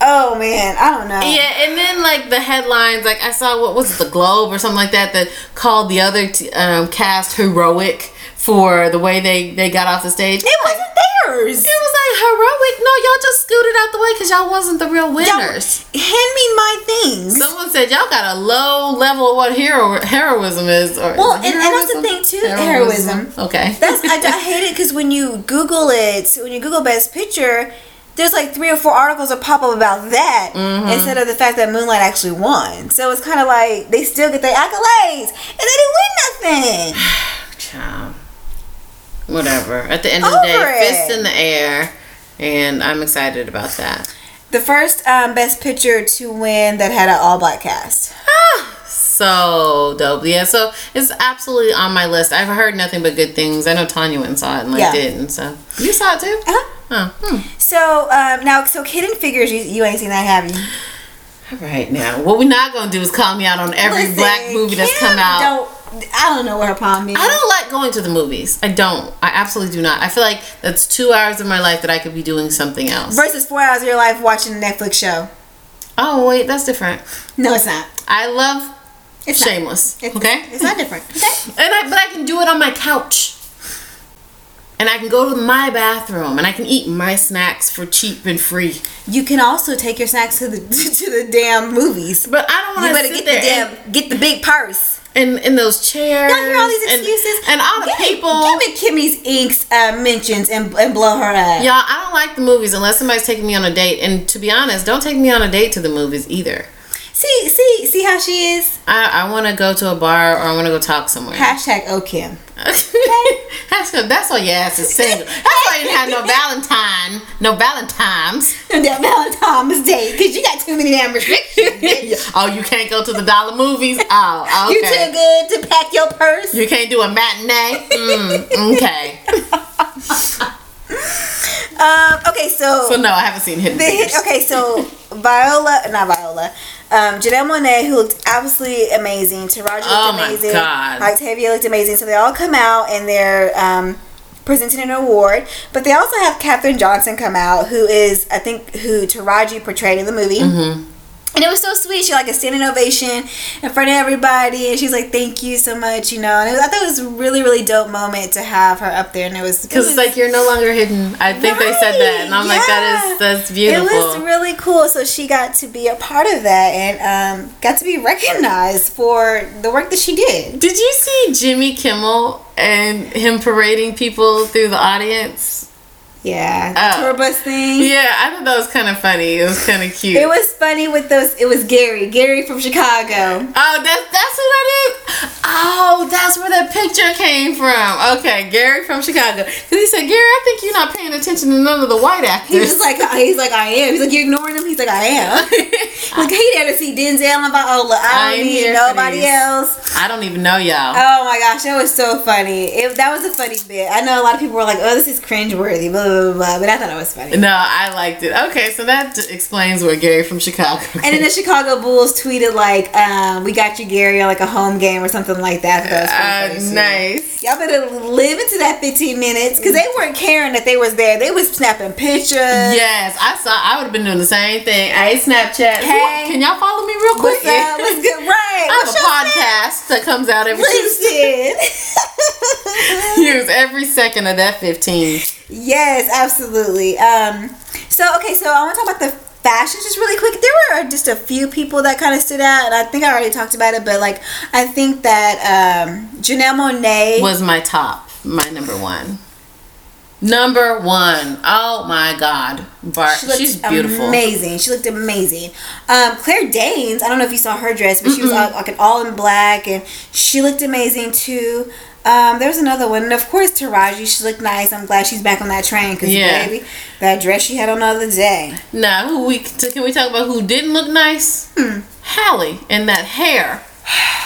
Speaker 1: oh man, I don't know.
Speaker 2: Yeah, and then like the headlines, like I saw what was it, the Globe or something like that, that called the other t- um, cast heroic for the way they they got off the stage. It
Speaker 1: It wasn't theirs.
Speaker 2: was like heroic. No, y'all just scooted out the way because y'all wasn't the real
Speaker 1: Y'all-
Speaker 2: winners.
Speaker 1: hand me my things.
Speaker 2: Someone said y'all got a low level of what hero heroism is. Or
Speaker 1: Well,
Speaker 2: is
Speaker 1: and-
Speaker 2: it
Speaker 1: and that's the
Speaker 2: heroism?
Speaker 1: thing, too, heroism.
Speaker 2: Okay.
Speaker 1: That's I, I hate it because when you Google it, when you Google Best Picture, there's like three or four articles that pop up about that
Speaker 2: Mm-hmm.
Speaker 1: instead of the fact that Moonlight actually won. So it's kind of like they still get their accolades and they didn't win nothing.
Speaker 2: Child. Whatever. At the end of the
Speaker 1: Over
Speaker 2: day,
Speaker 1: it.
Speaker 2: fists in the air, and I'm excited about that.
Speaker 1: The first um, Best Picture to win that had an all black cast.
Speaker 2: So dope. Yeah, so it's absolutely on my list. I've heard nothing but good things. I know Tanya went and saw it and liked
Speaker 1: Yeah.
Speaker 2: it, and so you saw it too.
Speaker 1: Uh-huh.
Speaker 2: Oh, hmm.
Speaker 1: So um, now, so Hidden Figures, you, you ain't seen that, have you?
Speaker 2: All right now, what we're not gonna do is call me out on every
Speaker 1: Listen,
Speaker 2: black movie that's
Speaker 1: Kim
Speaker 2: come out.
Speaker 1: Don't, I don't know what her problem is.
Speaker 2: I don't like going to the movies. I don't. I absolutely do not. I feel like that's two hours of my life that I could be doing something else.
Speaker 1: Versus four hours of your life watching a Netflix show.
Speaker 2: Oh wait, that's different.
Speaker 1: No, it's not.
Speaker 2: I love
Speaker 1: It's not.
Speaker 2: Shameless.
Speaker 1: It's,
Speaker 2: okay,
Speaker 1: It's not different. Okay.
Speaker 2: And I, but I can do it on my couch. And I can go to my bathroom and I can eat my snacks for cheap and free.
Speaker 1: You can also take your snacks to the to the damn movies.
Speaker 2: But I don't
Speaker 1: You
Speaker 2: want
Speaker 1: better
Speaker 2: to sit
Speaker 1: get
Speaker 2: there
Speaker 1: the damn get the big purse.
Speaker 2: in, in, in those chairs.
Speaker 1: Y'all hear all these
Speaker 2: and-
Speaker 1: excuses
Speaker 2: And, all the
Speaker 1: Give me-
Speaker 2: people.
Speaker 1: Give me Kimmy's Inks uh, mentions and and blow her up.
Speaker 2: Y'all, I don't like the movies unless somebody's taking me on a date. And to be honest, don't take me on a date to the movies either.
Speaker 1: See see see how she is.
Speaker 2: I, I want to go to a bar or I want to go talk somewhere.
Speaker 1: Hashtag O Kim.
Speaker 2: that's, good. that's why your ass is single. That's why you didn't have no Valentine. no Valentine's.
Speaker 1: that Valentine's Day because you got too many damn restrictions. bitch.
Speaker 2: oh, you can't go to the dollar movies. Oh,
Speaker 1: You too
Speaker 2: okay.
Speaker 1: good to pack your purse.
Speaker 2: You can't do a matinee. Mm, okay.
Speaker 1: Um, okay, so,
Speaker 2: So no, I haven't seen Hidden.
Speaker 1: the
Speaker 2: Figures.
Speaker 1: hit, okay, so Viola, not Viola, um, Janelle Monet, who looked absolutely amazing, Taraji looked
Speaker 2: Oh my
Speaker 1: amazing,
Speaker 2: God.
Speaker 1: Octavia looked amazing. So they all come out and they're um, presenting an award, but they also have Katherine Johnson come out, who is I think who Taraji portrayed in the movie.
Speaker 2: Mm-hmm.
Speaker 1: And it was so sweet. She had, like a standing ovation in front of everybody, and she's like, "Thank you so much," you know. And it was, I thought it was a really, really dope moment to have her up there, and it was
Speaker 2: Because it's like you're no longer hidden. I think they said that, and I'm like, that
Speaker 1: Right,
Speaker 2: is that's
Speaker 1: It was
Speaker 2: beautiful.
Speaker 1: really cool. So she got to be a part of that and um, got to be recognized for the work that she did.
Speaker 2: Did you see Jimmy Kimmel and him parading people through the audience?
Speaker 1: Yeah,
Speaker 2: Oh.
Speaker 1: the tour bus thing.
Speaker 2: Yeah, I thought that was kind of funny. It was kind of cute.
Speaker 1: It was funny with those. It was Gary, Gary from Chicago.
Speaker 2: oh, that's that's who that is. Oh, that's where that picture came from. Okay, Gary from Chicago. Because he said, Gary, I think you're not paying attention to none of the white
Speaker 1: He
Speaker 2: actors.
Speaker 1: was just like, he's like, I am. He's like, you're ignoring him. He's like, I am. like he there to see Denzel and Viola.
Speaker 2: I
Speaker 1: I
Speaker 2: ain't
Speaker 1: don't need
Speaker 2: here for
Speaker 1: nobody
Speaker 2: these.
Speaker 1: else.
Speaker 2: I don't even know y'all.
Speaker 1: Oh my gosh, that was so funny. It, that was a funny bit. I know a lot of people were like, oh, this is cringeworthy, blah blah blah, blah. but I thought it was funny.
Speaker 2: No, I liked it. Okay, so that d- explains where Gary from Chicago.
Speaker 1: And then the Chicago Bulls tweeted like, um, "We got you, Gary," on like a home game or something like that. That
Speaker 2: uh,
Speaker 1: was pretty funny, too.
Speaker 2: nice.
Speaker 1: Y'all better live into that 15 minutes because they weren't caring that they was there. They was snapping pictures.
Speaker 2: Yes, I saw. I would have been doing the same thing. Hey, Snapchat.
Speaker 1: Hey.
Speaker 2: Who- can y'all follow me real quick?
Speaker 1: What's up? What's good? Right?
Speaker 2: I have
Speaker 1: What's
Speaker 2: a
Speaker 1: your
Speaker 2: podcast that comes out every
Speaker 1: Listen.
Speaker 2: use every second of that fifteen.
Speaker 1: Yes, absolutely. Um, so okay, so I want to talk about the fashion just really quick. There were just a few people that kind of stood out, and I think I already talked about it, but like I think that um, Janelle Monet
Speaker 2: Was my top, my number one. Number one. Oh my God, Bart.
Speaker 1: She looked
Speaker 2: she's beautiful.
Speaker 1: amazing. She looked amazing. Um, Claire Danes, I don't know if you saw her dress, but she was all, like all in black, and she looked amazing too. Um, there was another one, and of course Taraji. She looked nice. I'm glad she's back on that train because
Speaker 2: Yeah.
Speaker 1: baby, that dress she had on the other day.
Speaker 2: Now, who we can we talk about who didn't look nice? Hallie and that hair.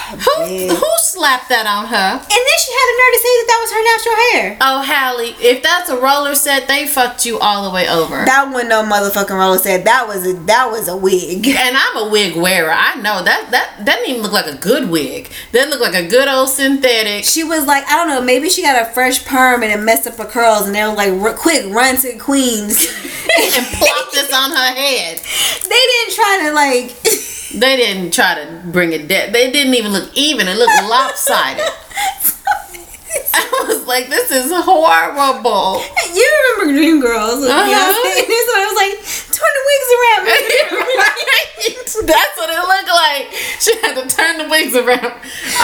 Speaker 2: who
Speaker 1: Babe.
Speaker 2: who slapped that on her?
Speaker 1: And then she had the nerve to say that that was her natural hair.
Speaker 2: Oh, Hallie, if that's a roller set, they fucked you all the way over.
Speaker 1: That one, no motherfucking roller said that was a that was a wig.
Speaker 2: and I'm a wig wearer. I know that that that didn't even look like a good wig. That looked like a good old synthetic.
Speaker 1: She was like, I don't know, maybe she got a fresh perm and it messed up her curls, and they were like, "Ru- quick, run to Queens.
Speaker 2: and plopped this on her head.
Speaker 1: they didn't try to like.
Speaker 2: They didn't try to bring it down. They didn't even look even. It looked lopsided. I was like, this is horrible.
Speaker 1: you remember Dream Girls? with
Speaker 2: Uh-huh.
Speaker 1: Beyonce? And so I was like, turn the wigs around.
Speaker 2: That's what it looked like. She had to turn the wigs around.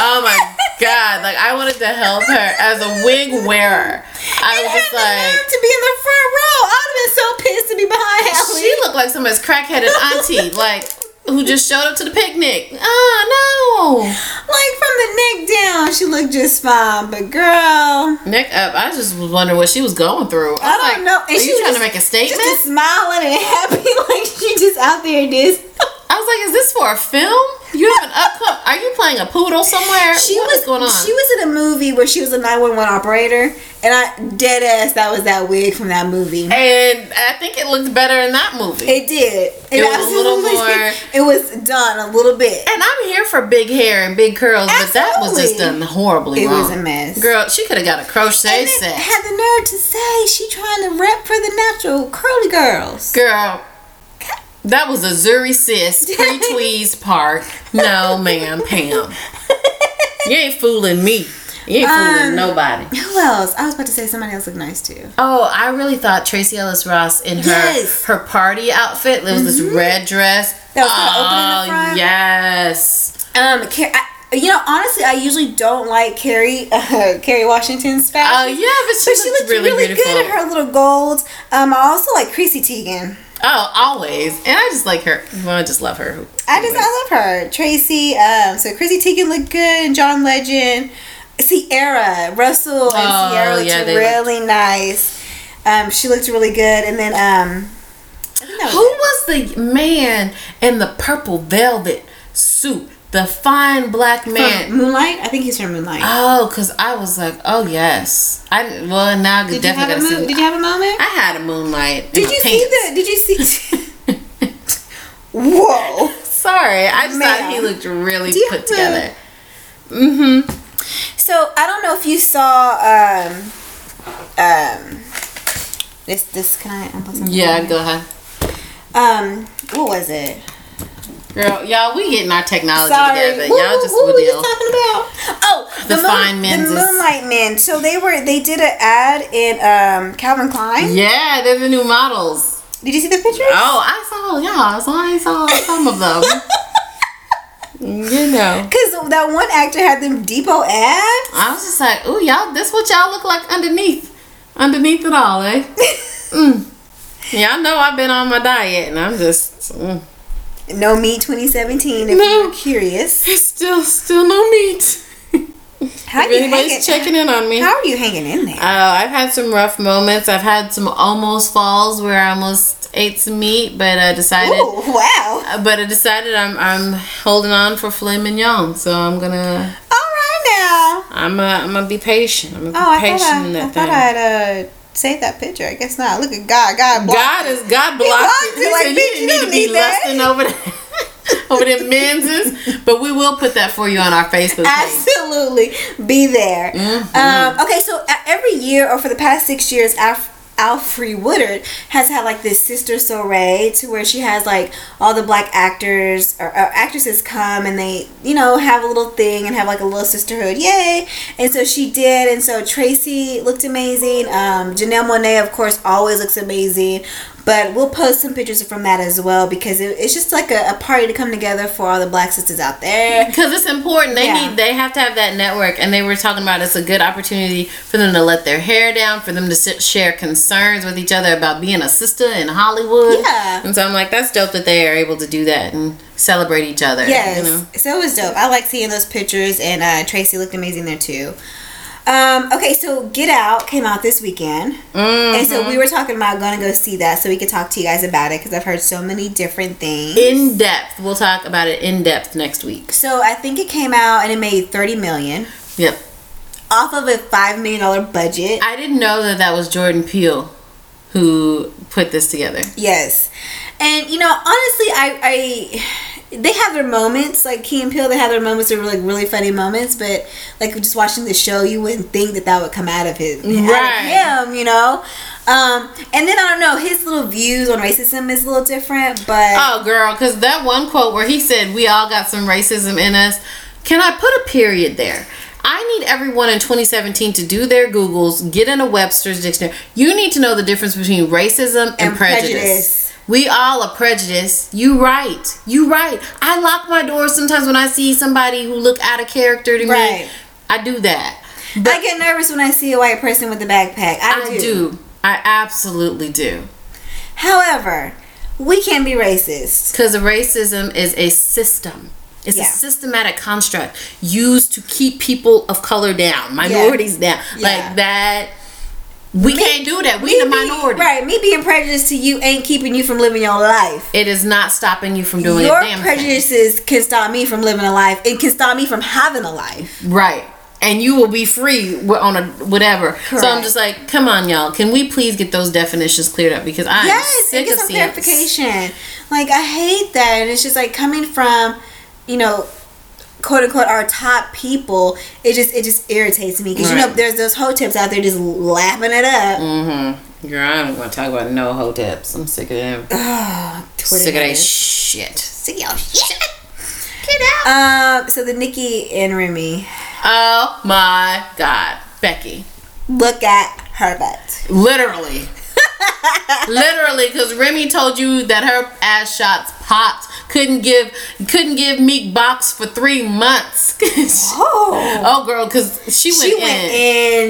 Speaker 2: Oh my god! Like I wanted to help her as a wig wearer. I
Speaker 1: I
Speaker 2: was
Speaker 1: had
Speaker 2: just
Speaker 1: the
Speaker 2: like,
Speaker 1: nerve to be in the front row. I'd have been so pissed to be behind Hallie.
Speaker 2: she looked like somebody's crackheaded auntie, like who just showed up to the picnic. Ah, Oh
Speaker 1: like from the neck down, she looked just fine. But girl,
Speaker 2: no! Neck up. I just was wondering what she was going through.
Speaker 1: I
Speaker 2: I, was
Speaker 1: don't
Speaker 2: like,
Speaker 1: know.
Speaker 2: Are
Speaker 1: And she
Speaker 2: you
Speaker 1: was
Speaker 2: trying
Speaker 1: just-
Speaker 2: to make a
Speaker 1: just
Speaker 2: statement?
Speaker 1: a smiling and happy, like she just out there just.
Speaker 2: I was like, is this for a film? You have an upcoming? Are you playing a poodle somewhere?
Speaker 1: She
Speaker 2: What
Speaker 1: was
Speaker 2: is going on?
Speaker 1: She was in a movie where she was a nine one one operator, and I dead ass that was that wig from that movie.
Speaker 2: and I think it looked better in that movie.
Speaker 1: It did.
Speaker 2: It was a little
Speaker 1: absolutely-
Speaker 2: more-
Speaker 1: It was done a little bit.
Speaker 2: And I'm here for big hair and big curls, but that was just done
Speaker 1: Absolutely.
Speaker 2: horribly
Speaker 1: It
Speaker 2: wrong.
Speaker 1: was a mess.
Speaker 2: Girl, she could have got a crochet
Speaker 1: and then
Speaker 2: set.
Speaker 1: had the nerve to say she trying to rep for the natural curly girls.
Speaker 2: Girl, that was a Zuri sis pre tweezed part. No, ma'am, Pam. You ain't fooling me. You ain't
Speaker 1: Um,
Speaker 2: fooling nobody.
Speaker 1: Who else? I was about to say somebody else looked nice too.
Speaker 2: Oh, I really thought Tracy Ellis Ross in her
Speaker 1: Yes.
Speaker 2: her party outfit. There was this red dress. Oh,
Speaker 1: That was kinda open in the front.
Speaker 2: yes.
Speaker 1: Um, Car- I, you know, honestly, I usually don't like Carrie uh, Carrie Washington's
Speaker 2: Oh
Speaker 1: fashion.
Speaker 2: yeah, but
Speaker 1: but
Speaker 2: she,
Speaker 1: she
Speaker 2: looks
Speaker 1: looked
Speaker 2: really,
Speaker 1: really,
Speaker 2: beautiful.
Speaker 1: good in her little golds. Um, I also like Chrissy Teigen.
Speaker 2: Oh, always. And I just like her. Well, I just love her.
Speaker 1: I just I love her. Tracy. Um, so Chrissy Teigen looked good, and John Legend, Sierra, Russell, and
Speaker 2: Oh,
Speaker 1: Sierra looked
Speaker 2: yeah, they
Speaker 1: really nice. Um, she looked really good, and then um, I think that was
Speaker 2: Who was the man in the purple velvet suit? The fine black
Speaker 1: it.
Speaker 2: man.
Speaker 1: From Moonlight. I think he's from Moonlight.
Speaker 2: Oh, cause I was like, oh yes. I well now I
Speaker 1: did you have
Speaker 2: definitely
Speaker 1: a
Speaker 2: gotta see.
Speaker 1: mo- Did you have a moment?
Speaker 2: I had a moonlight. in
Speaker 1: did
Speaker 2: my
Speaker 1: you see
Speaker 2: pants.
Speaker 1: the? Did you see? Whoa.
Speaker 2: Sorry, I just
Speaker 1: Ma'am.
Speaker 2: thought he looked really
Speaker 1: Do you
Speaker 2: put
Speaker 1: have a- Mm-hmm.
Speaker 2: together.
Speaker 1: So I don't know if you saw um um this this can I unplug something?
Speaker 2: Yeah, go ahead,
Speaker 1: Um what was it?
Speaker 2: girl. Y'all, we getting our technology
Speaker 1: Sorry.
Speaker 2: together.
Speaker 1: What-
Speaker 2: y'all just
Speaker 1: what
Speaker 2: will
Speaker 1: were you
Speaker 2: deal.
Speaker 1: talking about? Oh,
Speaker 2: The fine men's
Speaker 1: the
Speaker 2: is-
Speaker 1: Moonlight Men. So they were they did an ad in um Calvin Klein.
Speaker 2: Yeah, they're the new models.
Speaker 1: Did you see the picture?
Speaker 2: Oh, I saw y'all. So I saw some of them. you know,
Speaker 1: Cause that one actor had them Depot ad.
Speaker 2: I was just like, ooh, y'all. This what y'all look like underneath, underneath it all, eh? Mm. Y'all know I've been on my diet, and I'm just mm.
Speaker 1: No Me 2017. If
Speaker 2: No.
Speaker 1: you're curious,
Speaker 2: still, still no meat.
Speaker 1: how
Speaker 2: If
Speaker 1: you hanging?
Speaker 2: anybody's checking in on me.
Speaker 1: How are you hanging in there?
Speaker 2: Uh, I've had some rough moments. I've had some almost falls where I almost ate some meat, but I decided.
Speaker 1: Ooh, wow.
Speaker 2: uh, But I decided I'm I'm holding on for filet mignon, so I'm gonna
Speaker 1: All right now.
Speaker 2: I'm i I'm gonna be patient. I'm gonna be
Speaker 1: Oh, I
Speaker 2: patient
Speaker 1: thought I,
Speaker 2: in
Speaker 1: I
Speaker 2: that
Speaker 1: thought I
Speaker 2: thing.
Speaker 1: had uh, saved that picture. I guess not. Look at God. God blocked.
Speaker 2: God is God blocked
Speaker 1: blocked
Speaker 2: it.
Speaker 1: it,
Speaker 2: He
Speaker 1: like,
Speaker 2: said you
Speaker 1: bitch, you don't
Speaker 2: didn't need to be
Speaker 1: need that.
Speaker 2: lusting over the, over the men's, but we will put that for you on our Facebook page.
Speaker 1: Absolutely, be there.
Speaker 2: Mhm.
Speaker 1: Um, okay, so e- every year or for the past six years, Alf- Alfre Woodard has had like this sister soiree to where she has like all the black actors or, or actresses come and they you know have a little thing and have like a little sisterhood, yay! And so she did, and so Tracy looked amazing. Um, Janelle Monet, of course, always looks amazing. But we'll post some pictures from that as well because it, it's just like a, a party to come together for all the black sisters out there.
Speaker 2: Because it's important. They
Speaker 1: Yeah.
Speaker 2: need. They have to have that network, and they were talking about it's a good opportunity for them to let their hair down, for them to sit, share concerns with each other about being a sister in Hollywood.
Speaker 1: Yeah.
Speaker 2: And so I'm like, that's dope that they are able to do that and celebrate each other.
Speaker 1: Yes.
Speaker 2: You know.
Speaker 1: So it was dope. I like seeing those pictures, and uh, Tracy looked amazing there too. Um, okay, so Get Out came out this weekend.
Speaker 2: Mm.
Speaker 1: And so we were talking about going to go see that so we could talk to you guys about it because I've heard so many different things.
Speaker 2: In depth. We'll talk about it in depth next week.
Speaker 1: so I think it came out and it made 30 million
Speaker 2: Yep.
Speaker 1: off of a $5 million dollar budget.
Speaker 2: I didn't know that that was Jordan Peele who put this together.
Speaker 1: Yes. And you know, honestly, I I they have their moments, like Key and Peele, they have their moments that were like really funny moments, but like just watching the show, you wouldn't think that that would come out of his
Speaker 2: Right.
Speaker 1: out of him, you know. Um, and then I don't know, his little views on racism is a little different, but
Speaker 2: Oh, girl, because that one quote where he said, We all got some racism in us. Can I put a period there? I need everyone in 2017 to do their Googles, get in a Webster's dictionary. You need to know the difference between racism and,
Speaker 1: And
Speaker 2: prejudice.
Speaker 1: prejudice.
Speaker 2: We all are prejudiced. You right. You right. I lock my doors sometimes when I see somebody who look out of character to
Speaker 1: Right.
Speaker 2: me. I do that.
Speaker 1: I get nervous when I see a white person with a backpack. I,
Speaker 2: I do. I absolutely do.
Speaker 1: However, we can be racist.
Speaker 2: Because racism is a system. It's
Speaker 1: Yeah.
Speaker 2: a systematic construct used to keep people of color down, minorities down.
Speaker 1: Yeah.
Speaker 2: Like that. We can't do that. We the
Speaker 1: Me being-
Speaker 2: minority.
Speaker 1: right, me being prejudiced to you ain't keeping you from living your life.
Speaker 2: It is not stopping you from doing
Speaker 1: your
Speaker 2: a damn
Speaker 1: prejudices can stop me from living a life it can stop me from having a life
Speaker 2: thing. Right. And you will be free wi- on a whatever. So I'm
Speaker 1: Correct.
Speaker 2: just like, come on, y'all. Can we please get those definitions cleared up? Because I
Speaker 1: yes
Speaker 2: am
Speaker 1: and
Speaker 2: sick
Speaker 1: get
Speaker 2: of
Speaker 1: some
Speaker 2: seeing this.
Speaker 1: clarification like i hate that and it's just like coming from you know quote unquote our top people it just it just irritates me because you know
Speaker 2: Right.
Speaker 1: there's those hoe tips out there just lapping it up
Speaker 2: Mm-hmm. Girl, I don't want to talk about no hoteps. I'm sick of them.
Speaker 1: Ugh, Twitter
Speaker 2: sick of that
Speaker 1: haters.
Speaker 2: shit.
Speaker 1: sick of y'all shit get
Speaker 2: Uh,
Speaker 1: out um so the nikki and remy
Speaker 2: Oh my god, Becky.
Speaker 1: look at her butt
Speaker 2: Literally. Literally, because Remy told you that her ass shots popped. Couldn't give couldn't give Meek box for three months.
Speaker 1: oh
Speaker 2: oh girl, because she went
Speaker 1: she
Speaker 2: in.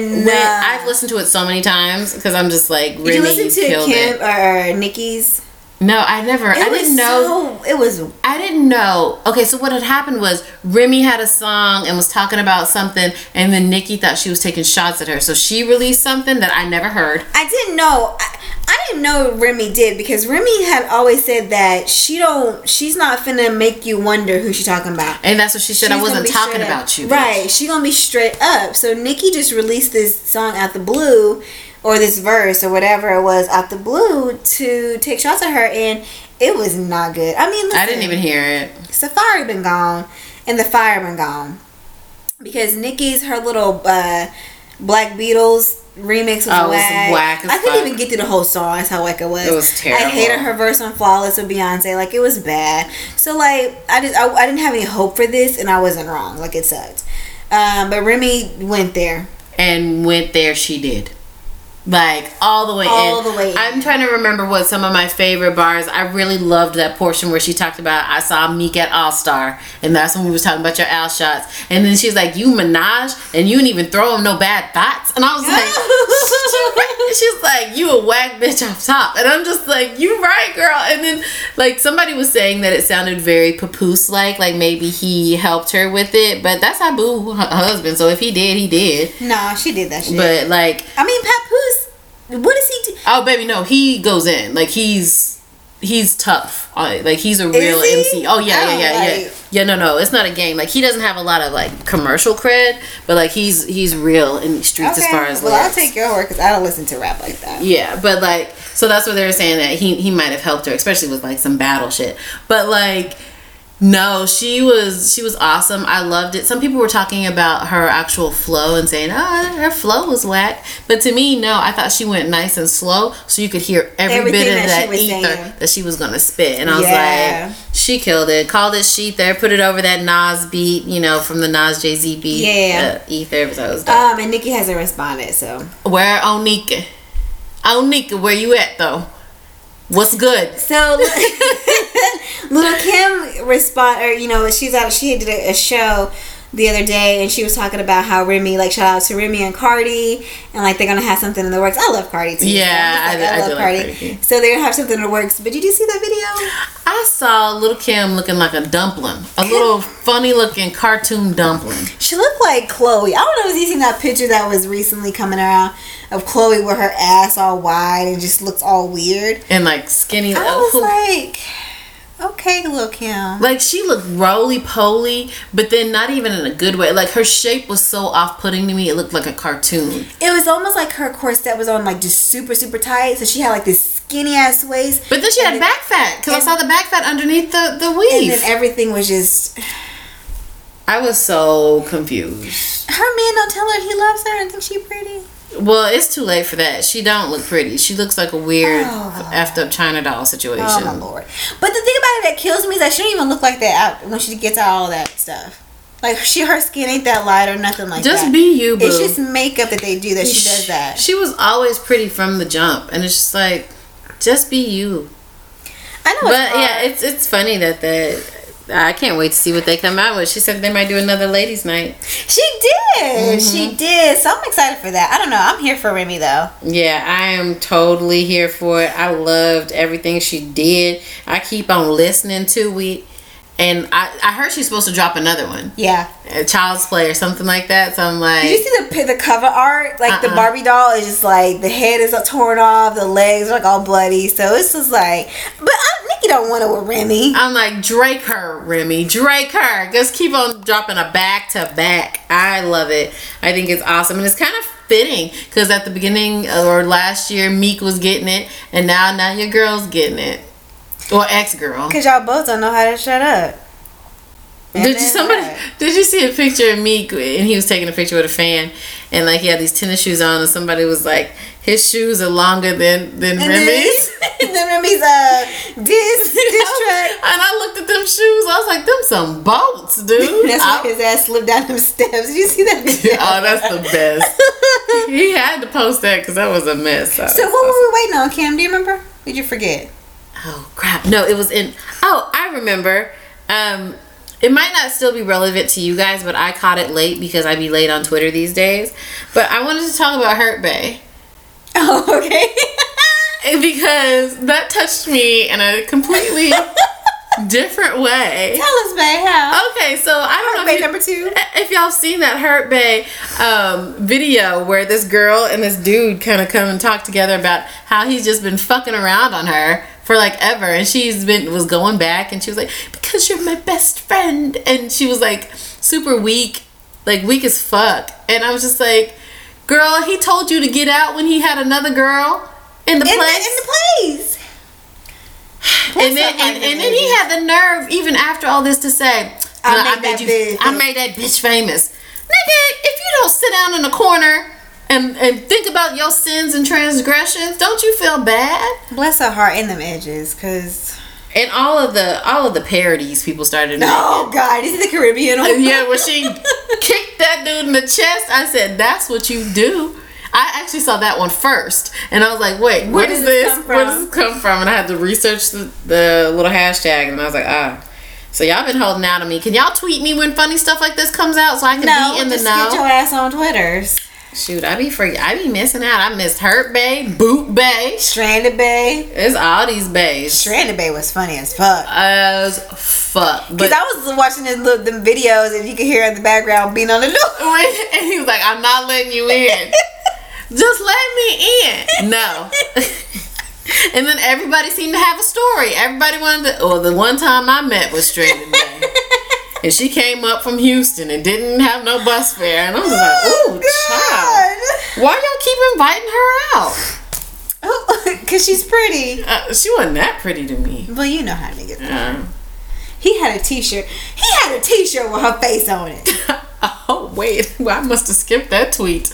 Speaker 1: went in,
Speaker 2: When-
Speaker 1: uh,
Speaker 2: I've listened to it so many times because I'm just like Remy
Speaker 1: Did you listen to
Speaker 2: killed
Speaker 1: Kim
Speaker 2: it.
Speaker 1: or Nikki's?
Speaker 2: No, I never.
Speaker 1: It
Speaker 2: I
Speaker 1: was
Speaker 2: didn't know.
Speaker 1: So, it was
Speaker 2: I didn't know. Okay, so what had happened was Remy had a song and was talking about something, and then Nikki thought she was taking shots at her. So she released something that I never heard.
Speaker 1: I didn't know. I, I didn't know Remy did because Remy had always said that she don't. She's not finna make you wonder who she talking about.
Speaker 2: And that's what she said. I
Speaker 1: She's
Speaker 2: wasn't
Speaker 1: gonna be
Speaker 2: talking
Speaker 1: straight up-
Speaker 2: about you. bitch.
Speaker 1: Right. She gonna be straight up. So Nikki just released this song out the blue, or this verse or whatever it was out the blue to take shots at her, and it was not good. I mean, listen,
Speaker 2: I didn't even hear it.
Speaker 1: Safari been gone, and the fire been gone because Nikki's her little uh, Black Beatles remix was
Speaker 2: Oh, it was
Speaker 1: whack.
Speaker 2: whack as
Speaker 1: I couldn't
Speaker 2: fuck.
Speaker 1: even get through the whole song. That's how whack it was.
Speaker 2: It was terrible.
Speaker 1: I hated her verse on "Flawless" with Beyonce. Like it was bad. So like I just I, I didn't have any hope for this, and I wasn't wrong. Like it sucked. Um, but Remy went there.
Speaker 2: And went there, she did. Like all the way
Speaker 1: All
Speaker 2: in.
Speaker 1: the way in.
Speaker 2: I'm trying to remember what some of my favorite bars. I really loved that portion where she talked about I saw Meek at All Star, and that's when we was talking about your Al shots. And then she's like, "You Minaj, and you didn't even throw him no bad thoughts." And I was like, "She's like, you a whack bitch off top," and I'm just like, "You right, girl." And then like somebody was saying that it sounded very papoose like, like maybe he helped her with it, but that's how boo her husband. So if he did, he did.
Speaker 1: No, she did that shit.
Speaker 2: But like
Speaker 1: I mean, Papoose. What does he do?
Speaker 2: Oh, baby, no, he goes in. Like he's he's tough. Uh, Like he's a real
Speaker 1: he?
Speaker 2: MC. Oh yeah, yeah,
Speaker 1: Oh,
Speaker 2: yeah, yeah.
Speaker 1: like-
Speaker 2: Yeah, no, no, it's not a game. Like he doesn't have a lot of like commercial cred, but like he's he's real in the streets as far as
Speaker 1: well, I'll
Speaker 2: lyrics.
Speaker 1: take your word because I don't listen to rap like that.
Speaker 2: Yeah, but like, so that's what they were saying that he he might have helped her, especially with like some battle shit. But like, no, she was she was awesome. I loved it. Some people were talking about her actual flow and saying, oh, her flow was whack. But to me, no, I thought she went nice and slow, so you could hear every
Speaker 1: Everything
Speaker 2: bit of
Speaker 1: that she
Speaker 2: that,
Speaker 1: was
Speaker 2: ether
Speaker 1: saying.
Speaker 2: that she was gonna spit, and I was
Speaker 1: Yeah.
Speaker 2: like, she killed it. Called it sheet there, put it over that Nas beat, you know, from the Nas Jay Z beat,
Speaker 1: Yeah.
Speaker 2: uh, ether. So it was dope.
Speaker 1: Um, and Nikki hasn't responded, so.
Speaker 2: Where Onika? Onika, where you at though? What's good?
Speaker 1: So Little Kim respond, or you know, she's out. She did a, a show the other day, and she was talking about how Remy, like, shout out to Remy and Cardi, and like they're gonna have something in the works. I love Cardi too.
Speaker 2: Yeah,
Speaker 1: I'm just
Speaker 2: I- I do like Cardi.
Speaker 1: So they're gonna have something in the works. But did you see that video?
Speaker 2: I saw little Kim looking like a dumpling, a little funny looking cartoon dumpling.
Speaker 1: She looked like Chloe. I don't know if you seen that picture that was recently coming around of Chloe with her ass all wide and just looks all weird.
Speaker 2: And like skinny,
Speaker 1: I
Speaker 2: who-
Speaker 1: was like, okay, Little Kim.
Speaker 2: like she looked roly poly, but then not even in a good way. Like her shape was so off putting to me, it looked like a cartoon.
Speaker 1: It was almost like her corset was on like just super super tight, so she had like this skinny ass waist,
Speaker 2: But then she had back fat because I saw the back fat underneath the the
Speaker 1: and
Speaker 2: weave.
Speaker 1: then everything was just.
Speaker 2: I was so confused.
Speaker 1: Her man don't tell her he loves her and thinks she pretty.
Speaker 2: Well, it's too late for that. She don't look pretty. She looks like a weird
Speaker 1: Oh.
Speaker 2: effed up China doll situation.
Speaker 1: Oh my lord! But the thing about it that kills me is that she don't even look like that out when she gets out all that stuff. Like she her skin ain't that light or nothing like
Speaker 2: Just
Speaker 1: that.
Speaker 2: be you, boo.
Speaker 1: It's just makeup that they do that she does that.
Speaker 2: She was always pretty from the jump, and it's just like, just be you.
Speaker 1: I know, it's
Speaker 2: But
Speaker 1: hard.
Speaker 2: yeah, it's it's funny that that I can't wait to see what they come out with. She said they might do another ladies' night.
Speaker 1: she did,
Speaker 2: Mm-hmm.
Speaker 1: she did. So I'm excited for that. I don't know. I'm here for Remy though.
Speaker 2: Yeah, I am totally here for it. I loved everything she did. I keep on listening to it, and I I heard she's supposed to drop another one,
Speaker 1: Yeah.
Speaker 2: a Child's Play or something like that. So I'm like,
Speaker 1: Did you see the pi- the cover art? Like the
Speaker 2: Uh-uh.
Speaker 1: Barbie doll is just like the head is all torn off, the legs are like all bloody. So it's just like, but I, Nikki don't want to with Remy.
Speaker 2: I'm like, Drake her, Remy. Drake her. Just keep on dropping a back to back. I love it. I think it's awesome. And it's kind of fitting because at the beginning or last year, Meek was getting it. And now, now your girl's getting it. Or ex girl.
Speaker 1: Cause y'all both don't know how to shut up. And
Speaker 2: Did you
Speaker 1: then uh,
Speaker 2: somebody?
Speaker 1: what?
Speaker 2: Did you see a picture of Meek and he was taking a picture with a fan and like he had these tennis shoes on and somebody was like, his shoes are longer than than
Speaker 1: And then,
Speaker 2: Remy's.
Speaker 1: and then Remy's uh diss diss track.
Speaker 2: And I looked at them shoes. I was like, them some bolts, dude.
Speaker 1: That's
Speaker 2: I-
Speaker 1: why his ass slipped down them steps. Did you see that video?
Speaker 2: oh, that's the best. he had to post that because that was a mess. I
Speaker 1: so
Speaker 2: was-
Speaker 1: what were we waiting on, Cam? Do you remember? Did you forget?
Speaker 2: oh crap! No, it was in. Oh, I remember. Um, it might not still be relevant to you guys, but I caught it late because I be late on Twitter these days. But I wanted to talk about Hurt Bay.
Speaker 1: Oh, okay.
Speaker 2: because that touched me in a completely different way.
Speaker 1: Tell us, babe, how.
Speaker 2: Okay, so I don't know
Speaker 1: Bay
Speaker 2: if, you-
Speaker 1: number two.
Speaker 2: if y'all seen that Hurt Bay um, video where this girl and this dude kind of come and talk together about how he's just been fucking around on her for like ever, and she's been was going back, and she was like, "Because you're my best friend," and she was like super weak, like weak as fuck, and I was just like, "Girl, he told you to get out when he had another girl." In the
Speaker 1: In the, in
Speaker 2: place,
Speaker 1: the place.
Speaker 2: and then and, and then he had the nerve even after all this to say
Speaker 1: I
Speaker 2: "No,
Speaker 1: made that
Speaker 2: you
Speaker 1: bitch
Speaker 2: I
Speaker 1: famous."
Speaker 2: made that bitch famous. Nigga, if you don't sit down in the corner and and think about your sins and transgressions, don't you feel bad?
Speaker 1: Bless her heart in them edges, because.
Speaker 2: And all of the all of the parodies people started
Speaker 1: Oh, God. Is it the Caribbean?
Speaker 2: making. Yeah, when she kicked that dude in the chest, I said, That's what you do. I actually saw that one first, and I was like, "Wait, what
Speaker 1: does
Speaker 2: is
Speaker 1: this
Speaker 2: this?
Speaker 1: come
Speaker 2: Where
Speaker 1: from?
Speaker 2: does this come from?" And I had to research the, the little hashtag, and I was like, "Ah." So y'all been holding out on me. Can y'all tweet me when funny stuff like this comes out so I can
Speaker 1: No,
Speaker 2: be in the
Speaker 1: just
Speaker 2: know?
Speaker 1: get your ass on Twitters.
Speaker 2: Shoot, I be free. I be missing out. I missed Hurt Bay, Boot Bay.
Speaker 1: Stranded Bay.
Speaker 2: It's all these bays
Speaker 1: Stranded Bay was funny as fuck.
Speaker 2: as fuck. But
Speaker 1: Because I was watching his little, them videos and you could hear in the background being on the loop.
Speaker 2: and he was like, "I'm not letting you in. Just let me in." No. and then everybody seemed to have a story. Everybody wanted to. Well, the one time I met was Stranded Bay, and she came up from Houston and didn't have no bus fare, and I was
Speaker 1: Oh,
Speaker 2: like, "Ooh, child, why y'all keep inviting her out?"
Speaker 1: Because she's pretty.
Speaker 2: Uh, she wasn't that pretty to me.
Speaker 1: Well, you know how niggas. are.
Speaker 2: Uh,
Speaker 1: He had a t shirt. He had a t shirt with her face on it.
Speaker 2: oh wait, well, I must have skipped that tweet.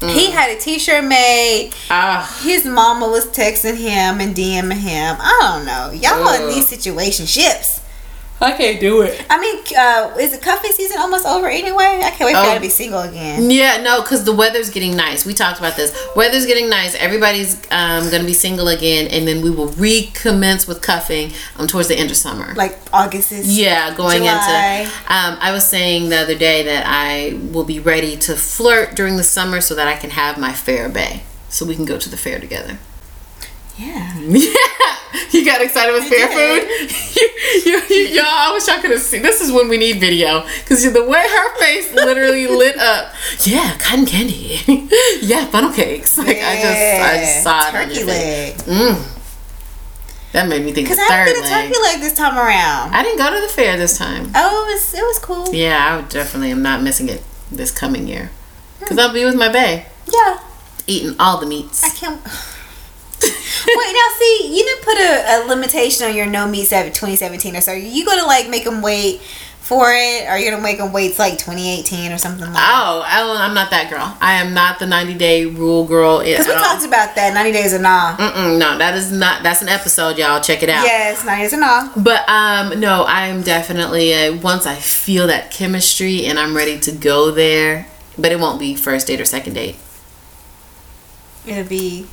Speaker 2: Mm.
Speaker 1: He had a t shirt made.
Speaker 2: Ah,
Speaker 1: His mama was texting him and DMing him. I don't know. Y'all in
Speaker 2: Ugh.
Speaker 1: these situationships.
Speaker 2: I can't do it.
Speaker 1: I mean, uh, is the cuffing season almost over anyway? I can't wait for
Speaker 2: Oh.
Speaker 1: y'all to be single again.
Speaker 2: Yeah, no, because the weather's getting nice. We talked about this. Weather's getting nice. Everybody's um, going to be single again, and then we will recommence with cuffing um, towards the end of summer.
Speaker 1: Like August is.
Speaker 2: Yeah, going
Speaker 1: July.
Speaker 2: into. Um, I was saying the other day that I will be ready to flirt during the summer so that I can have my fair bay. So we can go to the fair together.
Speaker 1: Yeah.
Speaker 2: Yeah, you got excited with fair
Speaker 1: did.
Speaker 2: food. you, you, you, y'all, I wish y'all could have seen. This is when we need video because the way her face literally lit up. Yeah, cotton candy. yeah, funnel cakes. Like I just, I just saw it. on
Speaker 1: turkey
Speaker 2: your face.
Speaker 1: leg.
Speaker 2: Mm. That made me think of
Speaker 1: Because I
Speaker 2: third
Speaker 1: didn't get a
Speaker 2: leg.
Speaker 1: turkey leg this time around.
Speaker 2: I didn't go to the fair this time.
Speaker 1: Oh, it was it was cool. Yeah.
Speaker 2: Yeah, I would definitely am not missing it this coming year
Speaker 1: Hmm.
Speaker 2: because I'll be with my bae eating all the
Speaker 1: I
Speaker 2: meats.
Speaker 1: can't. Wait now, see, you didn't put a, a limitation on your no meat seven, 2017 or so. Are you gonna like make them wait for it, or you're gonna make them wait till like twenty eighteen or something like? that?
Speaker 2: Oh, oh, I'm not that girl. I am not the 90 day rule girl. at
Speaker 1: Because we
Speaker 2: all.
Speaker 1: talked about that ninety days or nah.
Speaker 2: Mm-mm, no, that is not. That's an episode, y'all. Check it out.
Speaker 1: Yes, ninety days or nah.
Speaker 2: But um, no, I'm definitely a, once I feel that chemistry and I'm ready to go there. But it won't be first date or second date.
Speaker 1: It'll be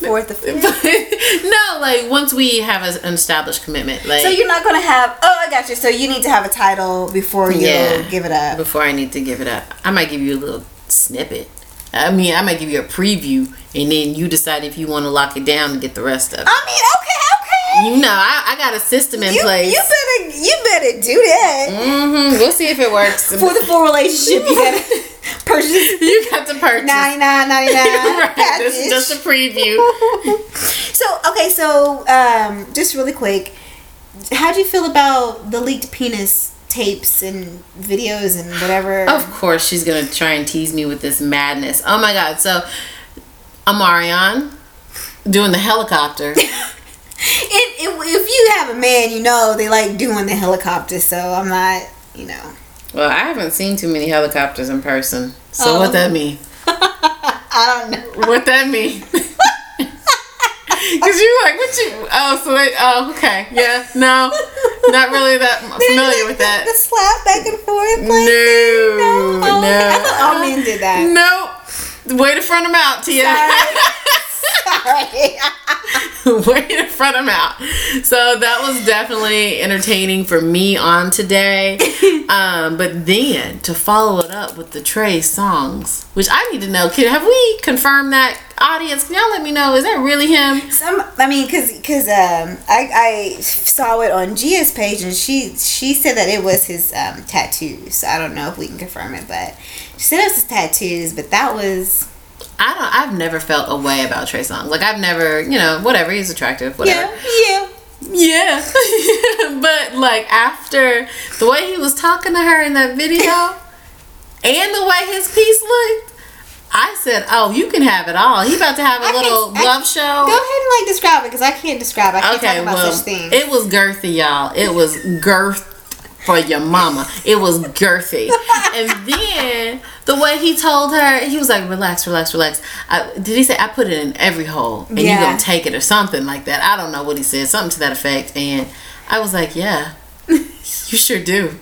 Speaker 1: fourth or fifth.
Speaker 2: no, like once we have a, an established commitment, like
Speaker 1: So you're not gonna have. Oh, I got you. So you need to have a title before you
Speaker 2: Yeah.
Speaker 1: give it up.
Speaker 2: before I need to give it up, I might give you a little snippet. I mean, I might give you a preview, and then you decide if you want to lock it down and get the rest of it.
Speaker 1: I mean, okay, okay.
Speaker 2: You know, I, I got a system in
Speaker 1: You,
Speaker 2: place.
Speaker 1: you better you better do that
Speaker 2: mm-hmm. We'll see if it works.
Speaker 1: for the full relationship. You gotta purchase
Speaker 2: you got to purchase.
Speaker 1: ninety nine ninety nine
Speaker 2: right. This is just a preview.
Speaker 1: So okay, so um, just really quick, how do you feel about the leaked penis tapes and videos and whatever?
Speaker 2: Of course, she's gonna try and tease me with this madness. Oh my god! So, Amarion doing the helicopter.
Speaker 1: If, if, if you have a man, you know they like doing the helicopter. So I'm not, you know.
Speaker 2: well, I haven't seen too many helicopters in person. So what that mean?
Speaker 1: I don't know.
Speaker 2: What that mean? Cause you like what you? Oh, so wait, oh, okay, yeah, no, not really that familiar with
Speaker 1: The
Speaker 2: that.
Speaker 1: slap back and forth.
Speaker 2: No,
Speaker 1: Like,
Speaker 2: no.
Speaker 1: Oh, I thought all men did that.
Speaker 2: Nope. Way to front them out, Tia.
Speaker 1: Sorry.
Speaker 2: Way to front them out. So that was definitely entertaining for me on today. um, but then to follow it up with the Trey songs, which I need to know, kid, have we confirmed that? Audience, can y'all let me know? Is that really him?
Speaker 1: Some, I mean, cause, cause um, I, I saw it on Gia's page, and she, she said that it was his um, tattoos. So I don't know if we can confirm it, but she said it was his tattoos. But that was,
Speaker 2: I don't. I've never felt a way about Trey Songz. Like I've never, you know, whatever. He's attractive. Whatever.
Speaker 1: yeah, yeah.
Speaker 2: Yeah. but like after the way he was talking to her in that video and the way his piece looked, I said, "Oh, you can have it all." He about to have a
Speaker 1: I can't-
Speaker 2: little
Speaker 1: I-
Speaker 2: love show.
Speaker 1: Go ahead and like describe it, cause I can't describe. I can't
Speaker 2: Oh. Okay,
Speaker 1: talk about
Speaker 2: well,
Speaker 1: such things.
Speaker 2: it was girthy, y'all. It was girth for your mama. It was girthy. and then the way he told her, he was like, relax, relax, relax. I, did he say, I put it in every hole and
Speaker 1: Yeah.
Speaker 2: you're going to take it or something like that? I don't know what he said, something to that effect. And I was like, yeah, you sure do.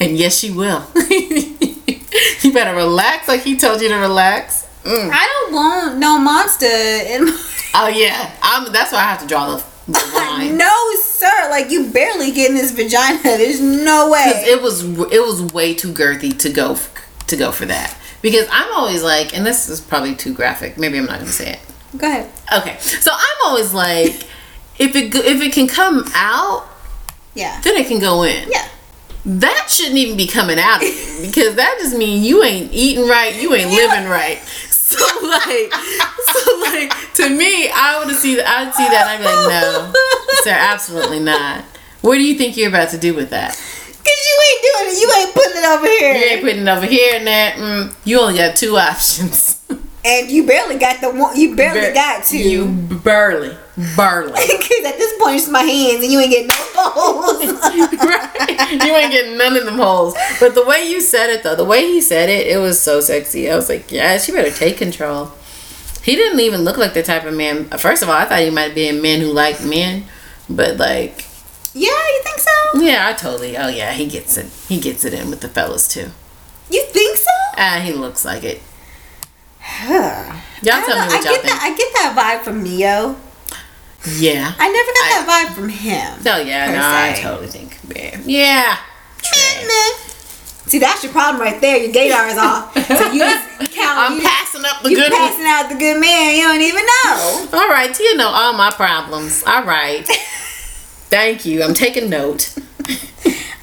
Speaker 2: And yes, she will. you better relax like he told you to relax. Mm.
Speaker 1: I don't want no monster in my
Speaker 2: Oh, yeah. I'm, that's why I have to draw the, the line.
Speaker 1: No, sir. Like you barely get in his vagina. There's no
Speaker 2: because
Speaker 1: way.
Speaker 2: it was it was way too girthy to go f- to go for that because I'm always like, and this is probably too graphic. Maybe I'm not gonna say it.
Speaker 1: Go ahead.
Speaker 2: Okay, so I'm always like, if it go- if it can come out,
Speaker 1: Yeah.
Speaker 2: then it can go in.
Speaker 1: Yeah.
Speaker 2: That shouldn't even be coming out of you because that just means you ain't eating right, you ain't living right. So like, so like to me, I would see that. I'd see that. and I'd be like, no, sir, absolutely not. What do you think you're about to do with that?
Speaker 1: Cause you ain't doing it. You ain't putting it over
Speaker 2: You
Speaker 1: here.
Speaker 2: ain't putting it over here and there. Mm, you only got two options.
Speaker 1: And you barely got the one. You barely got to.
Speaker 2: You burly. Burly.
Speaker 1: Cause at this point it's my hands and you ain't getting no holes.
Speaker 2: Right? You ain't getting none of them holes. But the way you said it, though, the way he said it, it was so sexy. I was like, yeah, she better take control. He didn't even look like the type of man. First of all, I thought he might be a man who liked men. But, like,
Speaker 1: yeah, you think so?
Speaker 2: yeah, I totally. Oh, yeah, he gets it. He gets it in with the fellas, too.
Speaker 1: You think so?
Speaker 2: Ah, he looks like it.
Speaker 1: Huh.
Speaker 2: Y'all
Speaker 1: I don't
Speaker 2: tell
Speaker 1: know.
Speaker 2: me what
Speaker 1: I
Speaker 2: y'all
Speaker 1: get
Speaker 2: think.
Speaker 1: that. I get that vibe from Neo.
Speaker 2: Yeah.
Speaker 1: I never got that vibe from him.
Speaker 2: Oh yeah,
Speaker 1: per
Speaker 2: no, I
Speaker 1: se.
Speaker 2: totally think. Yeah. Yeah. Trash.
Speaker 1: See, that's your problem right there. Your gaydar is off. So you just count.
Speaker 2: I'm
Speaker 1: you-
Speaker 2: passing up the
Speaker 1: you
Speaker 2: good ones.
Speaker 1: passing out the good man. You don't even know.
Speaker 2: All right, you know all my problems. All right. Thank you. I'm taking note.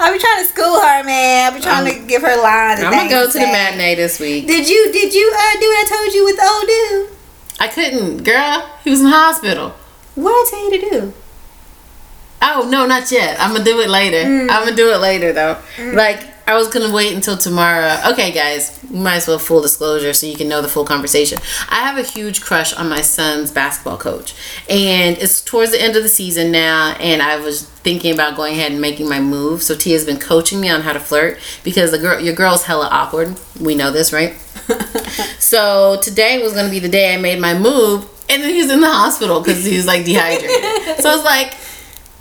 Speaker 1: I be trying to school her, man. I be trying to give her lines. and
Speaker 2: I'm gonna
Speaker 1: things
Speaker 2: go to the
Speaker 1: say.
Speaker 2: matinee this week.
Speaker 1: Did you did you uh, do what I told you with the old dude?
Speaker 2: I couldn't, girl. He was in the hospital.
Speaker 1: What I tell you to do?
Speaker 2: Oh no, not yet. I'm gonna do it later. I'm gonna do it later though. Like I was gonna wait until tomorrow. Okay, guys, you might as well full disclosure so you can know the full conversation. I have a huge crush on my son's basketball coach, and it's towards the end of the season now. And I was thinking about going ahead and making my move. So Tia's been coaching me on how to flirt because the girl, your girl's hella awkward. We know this, right? So today was gonna be the day I made my move, and then he's in the hospital because he was like dehydrated. so I was like,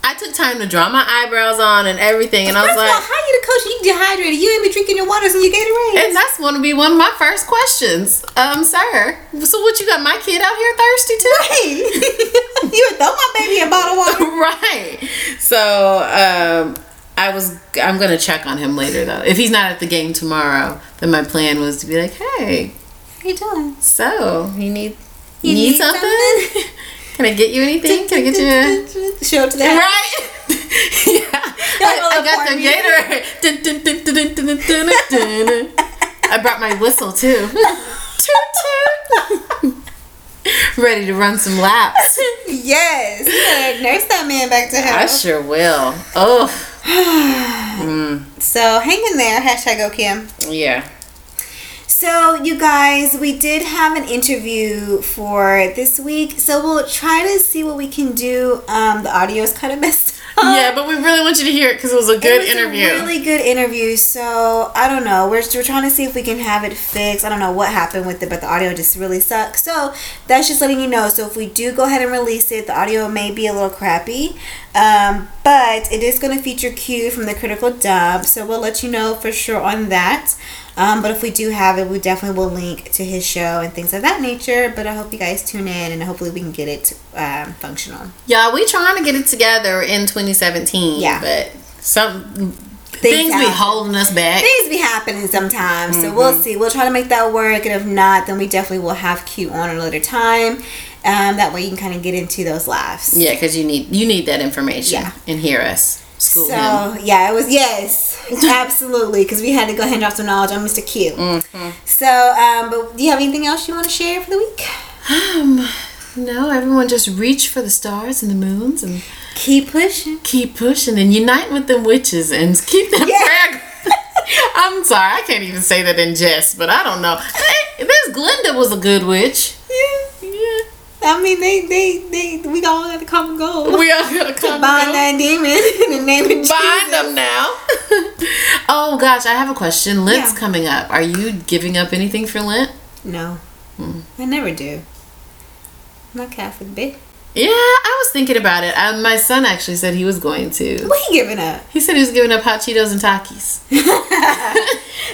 Speaker 2: I took time to draw my eyebrows on and everything, and I
Speaker 1: First of
Speaker 2: was
Speaker 1: all,
Speaker 2: like, Eh.
Speaker 1: how you the coach? You dehydrated. You ain't been drinking your waters and your Gatorade.
Speaker 2: and that's gonna be one of my first questions, um, sir. So what you got my kid out here thirsty too?
Speaker 1: Hey, you would throw my baby a bottle of water.
Speaker 2: right. So um, I was I'm gonna check on him later though. If he's not at the game tomorrow, then my plan was to be like, hey,
Speaker 1: How you doing?
Speaker 2: so you need
Speaker 1: You
Speaker 2: you need,
Speaker 1: need
Speaker 2: something?
Speaker 1: something?
Speaker 2: Can I get you anything? Can I get you? A-
Speaker 1: Show up to that.
Speaker 2: Right? yeah.
Speaker 1: Y'all
Speaker 2: I,
Speaker 1: know,
Speaker 2: I
Speaker 1: like, Barbie.
Speaker 2: got the Gatorade. Dun, dun, dun, dun, dun, dun, dun, dun, dun. I brought my whistle too. toot toot. Ready to run some laps.
Speaker 1: Yes. You better nurse that man back to
Speaker 2: I
Speaker 1: health.
Speaker 2: sure will. Oh,
Speaker 1: so hang in there. Hashtag go Kim.
Speaker 2: yeah.
Speaker 1: So, you guys, we did have an interview for this week, so we'll try to see what we can do. Um, the audio is kind of messed up.
Speaker 2: Yeah, but we really want you to hear it because it was a
Speaker 1: Uh, It
Speaker 2: good
Speaker 1: was
Speaker 2: interview.
Speaker 1: A really good interview. So I don't know. We're, we're trying to see if we can have it fixed. I don't know what happened with it, but the audio just really sucks. So that's just letting you know. So if we do go ahead and release it, the audio may be a little crappy, um, but it is going to feature Q from the Critical Dub. So we'll let you know for sure on that. Um, but if we do have it, we definitely will link to his show and things of that nature. But I hope you guys tune in and hopefully we can get it um, functional.
Speaker 2: Yeah, we trying to get it together in 2017.
Speaker 1: Yeah.
Speaker 2: but some things, be
Speaker 1: happen.
Speaker 2: holding us back.
Speaker 1: Things be happening sometimes, so we'll
Speaker 2: Mm-hmm.
Speaker 1: see. We'll try to make that work, and if not, then we definitely will have Q on at a later time. Um, that way you can kind of get into those lives.
Speaker 2: Yeah, because you need you need that information
Speaker 1: Yeah.
Speaker 2: and hear us school
Speaker 1: So
Speaker 2: him.
Speaker 1: yeah, it was yes, absolutely, because we had to go hand off some knowledge on Mr. Q.
Speaker 2: Mm-hmm.
Speaker 1: So, um, but do you have anything else you want to share for the week?
Speaker 2: Um, no, everyone just reach for the stars and the moons and
Speaker 1: Keep pushing.
Speaker 2: keep pushing and unite with them witches and keep that
Speaker 1: Yeah.
Speaker 2: prayer. I'm sorry, I can't even say that in jest, but I don't know. Hey, this Glinda was a good witch.
Speaker 1: Yeah,
Speaker 2: Yeah,
Speaker 1: I mean they they they we all got the common goal.
Speaker 2: we are
Speaker 1: To
Speaker 2: gonna come
Speaker 1: bind
Speaker 2: go.
Speaker 1: that demon in the name of Jesus.
Speaker 2: Find them now. oh gosh, I have a question. Lent's
Speaker 1: Yeah.
Speaker 2: coming up. Are you giving up anything for Lent?
Speaker 1: No,
Speaker 2: Mm.
Speaker 1: I never do. I'm not Catholic, bitch.
Speaker 2: Yeah, I was thinking about it. I, my son actually said he was going to.
Speaker 1: What he giving up?
Speaker 2: He said he was giving up hot Cheetos and Takis.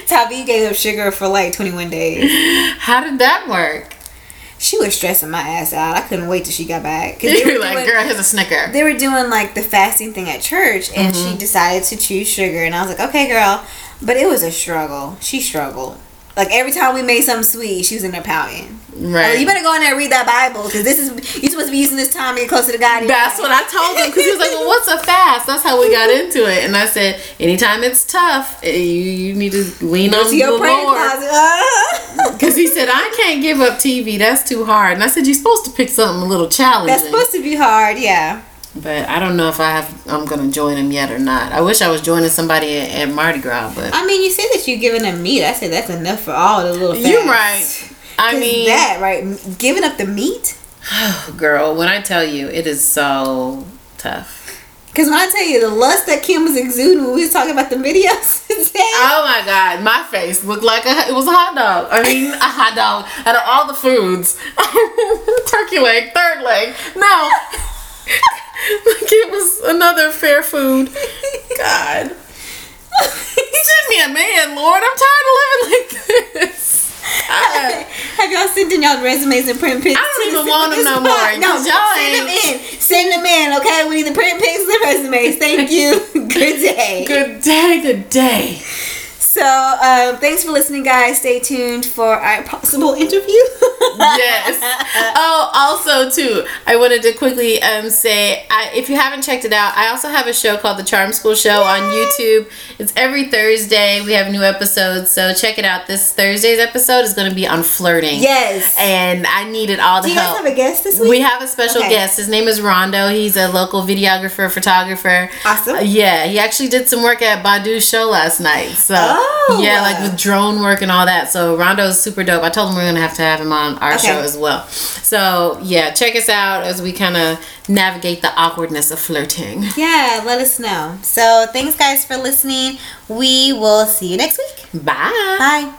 Speaker 1: Tavi gave up sugar for like 21 days.
Speaker 2: How did that work?
Speaker 1: She was stressing my ass out. I couldn't wait till she got back. 'Cause
Speaker 2: You
Speaker 1: they
Speaker 2: were
Speaker 1: were
Speaker 2: like,
Speaker 1: doing-
Speaker 2: girl, here's a Snicker.
Speaker 1: they were doing like the fasting thing at church and
Speaker 2: Mm-hmm.
Speaker 1: she decided to choose sugar and I was like, Okay girl but it was a struggle. She struggled. Like every time we made something sweet, she was in there pouting.
Speaker 2: Right.
Speaker 1: Like, you better go in there and read that Bible because this is you're supposed to be using this time to get closer to God.
Speaker 2: That's what I told him because he was like, "Well, what's a fast?" That's how we got into it, and I said, "Anytime it's tough, eh, you you need to lean on
Speaker 1: to your
Speaker 2: the
Speaker 1: prayer
Speaker 2: Lord."
Speaker 1: closet. Ah.
Speaker 2: Because he said, "I can't give up TV. That's too hard." And I said, "You're supposed to pick something a little challenging."
Speaker 1: That's supposed to be hard, yeah.
Speaker 2: but I don't know if I have. I'm gonna join him yet or not. I wish I was joining somebody at, at Mardi Gras, but
Speaker 1: I mean, you said that you're giving them meat. I said that's enough for all the little. Fasts.
Speaker 2: you're right. I
Speaker 1: 'Cause
Speaker 2: mean,
Speaker 1: that right, M- giving up the meat.
Speaker 2: girl, when I tell you, it is so tough.
Speaker 1: Because when I tell you the lust that Kim was exuding when we was talking about the videos today,
Speaker 2: Oh my god, my face looked like a, it was a hot dog. I mean, a hot dog out of all the foods, turkey leg, third leg. No, like it was another fair food. God, send me a man, Lord. I'm tired of living like this. God.
Speaker 1: Have y'all sent in y'all resumes and print pics?
Speaker 2: I don't
Speaker 1: to
Speaker 2: even
Speaker 1: this-
Speaker 2: want 'em
Speaker 1: this
Speaker 2: no
Speaker 1: pod?
Speaker 2: more,
Speaker 1: No,
Speaker 2: 'cause y'all
Speaker 1: send them
Speaker 2: ain't-
Speaker 1: in. Send them in, okay? We need the print pics and resumes. Thank you. Good day.
Speaker 2: Good day, good day.
Speaker 1: So, um, thanks for listening, guys. Stay tuned for our possible interview.
Speaker 2: yes. Oh, also too, I wanted to quickly um, say, I, if you haven't checked it out, I also have a show called The Charm School Show on YouTube. It's every Thursday. We have new episodes, so check it out. This Thursday's episode is going to be on flirting.
Speaker 1: Yes.
Speaker 2: And I needed all the
Speaker 1: Do you guys
Speaker 2: help.
Speaker 1: have a guest this week?
Speaker 2: we have a special
Speaker 1: Okay.
Speaker 2: guest. His name is Rondo. He's a local videographer, photographer.
Speaker 1: Awesome.
Speaker 2: Uh, yeah, he actually did some work at Badu's show last night. So
Speaker 1: Oh.
Speaker 2: yeah, like with drone work and all that. So Rondo's super dope. I told him we're gonna have to have him on our
Speaker 1: Okay.
Speaker 2: show as well. So yeah, check us out as we kind of navigate the awkwardness of flirting.
Speaker 1: yeah, let us know. So, thanks, guys, for listening. We will see you next week.
Speaker 2: Bye.
Speaker 1: Bye.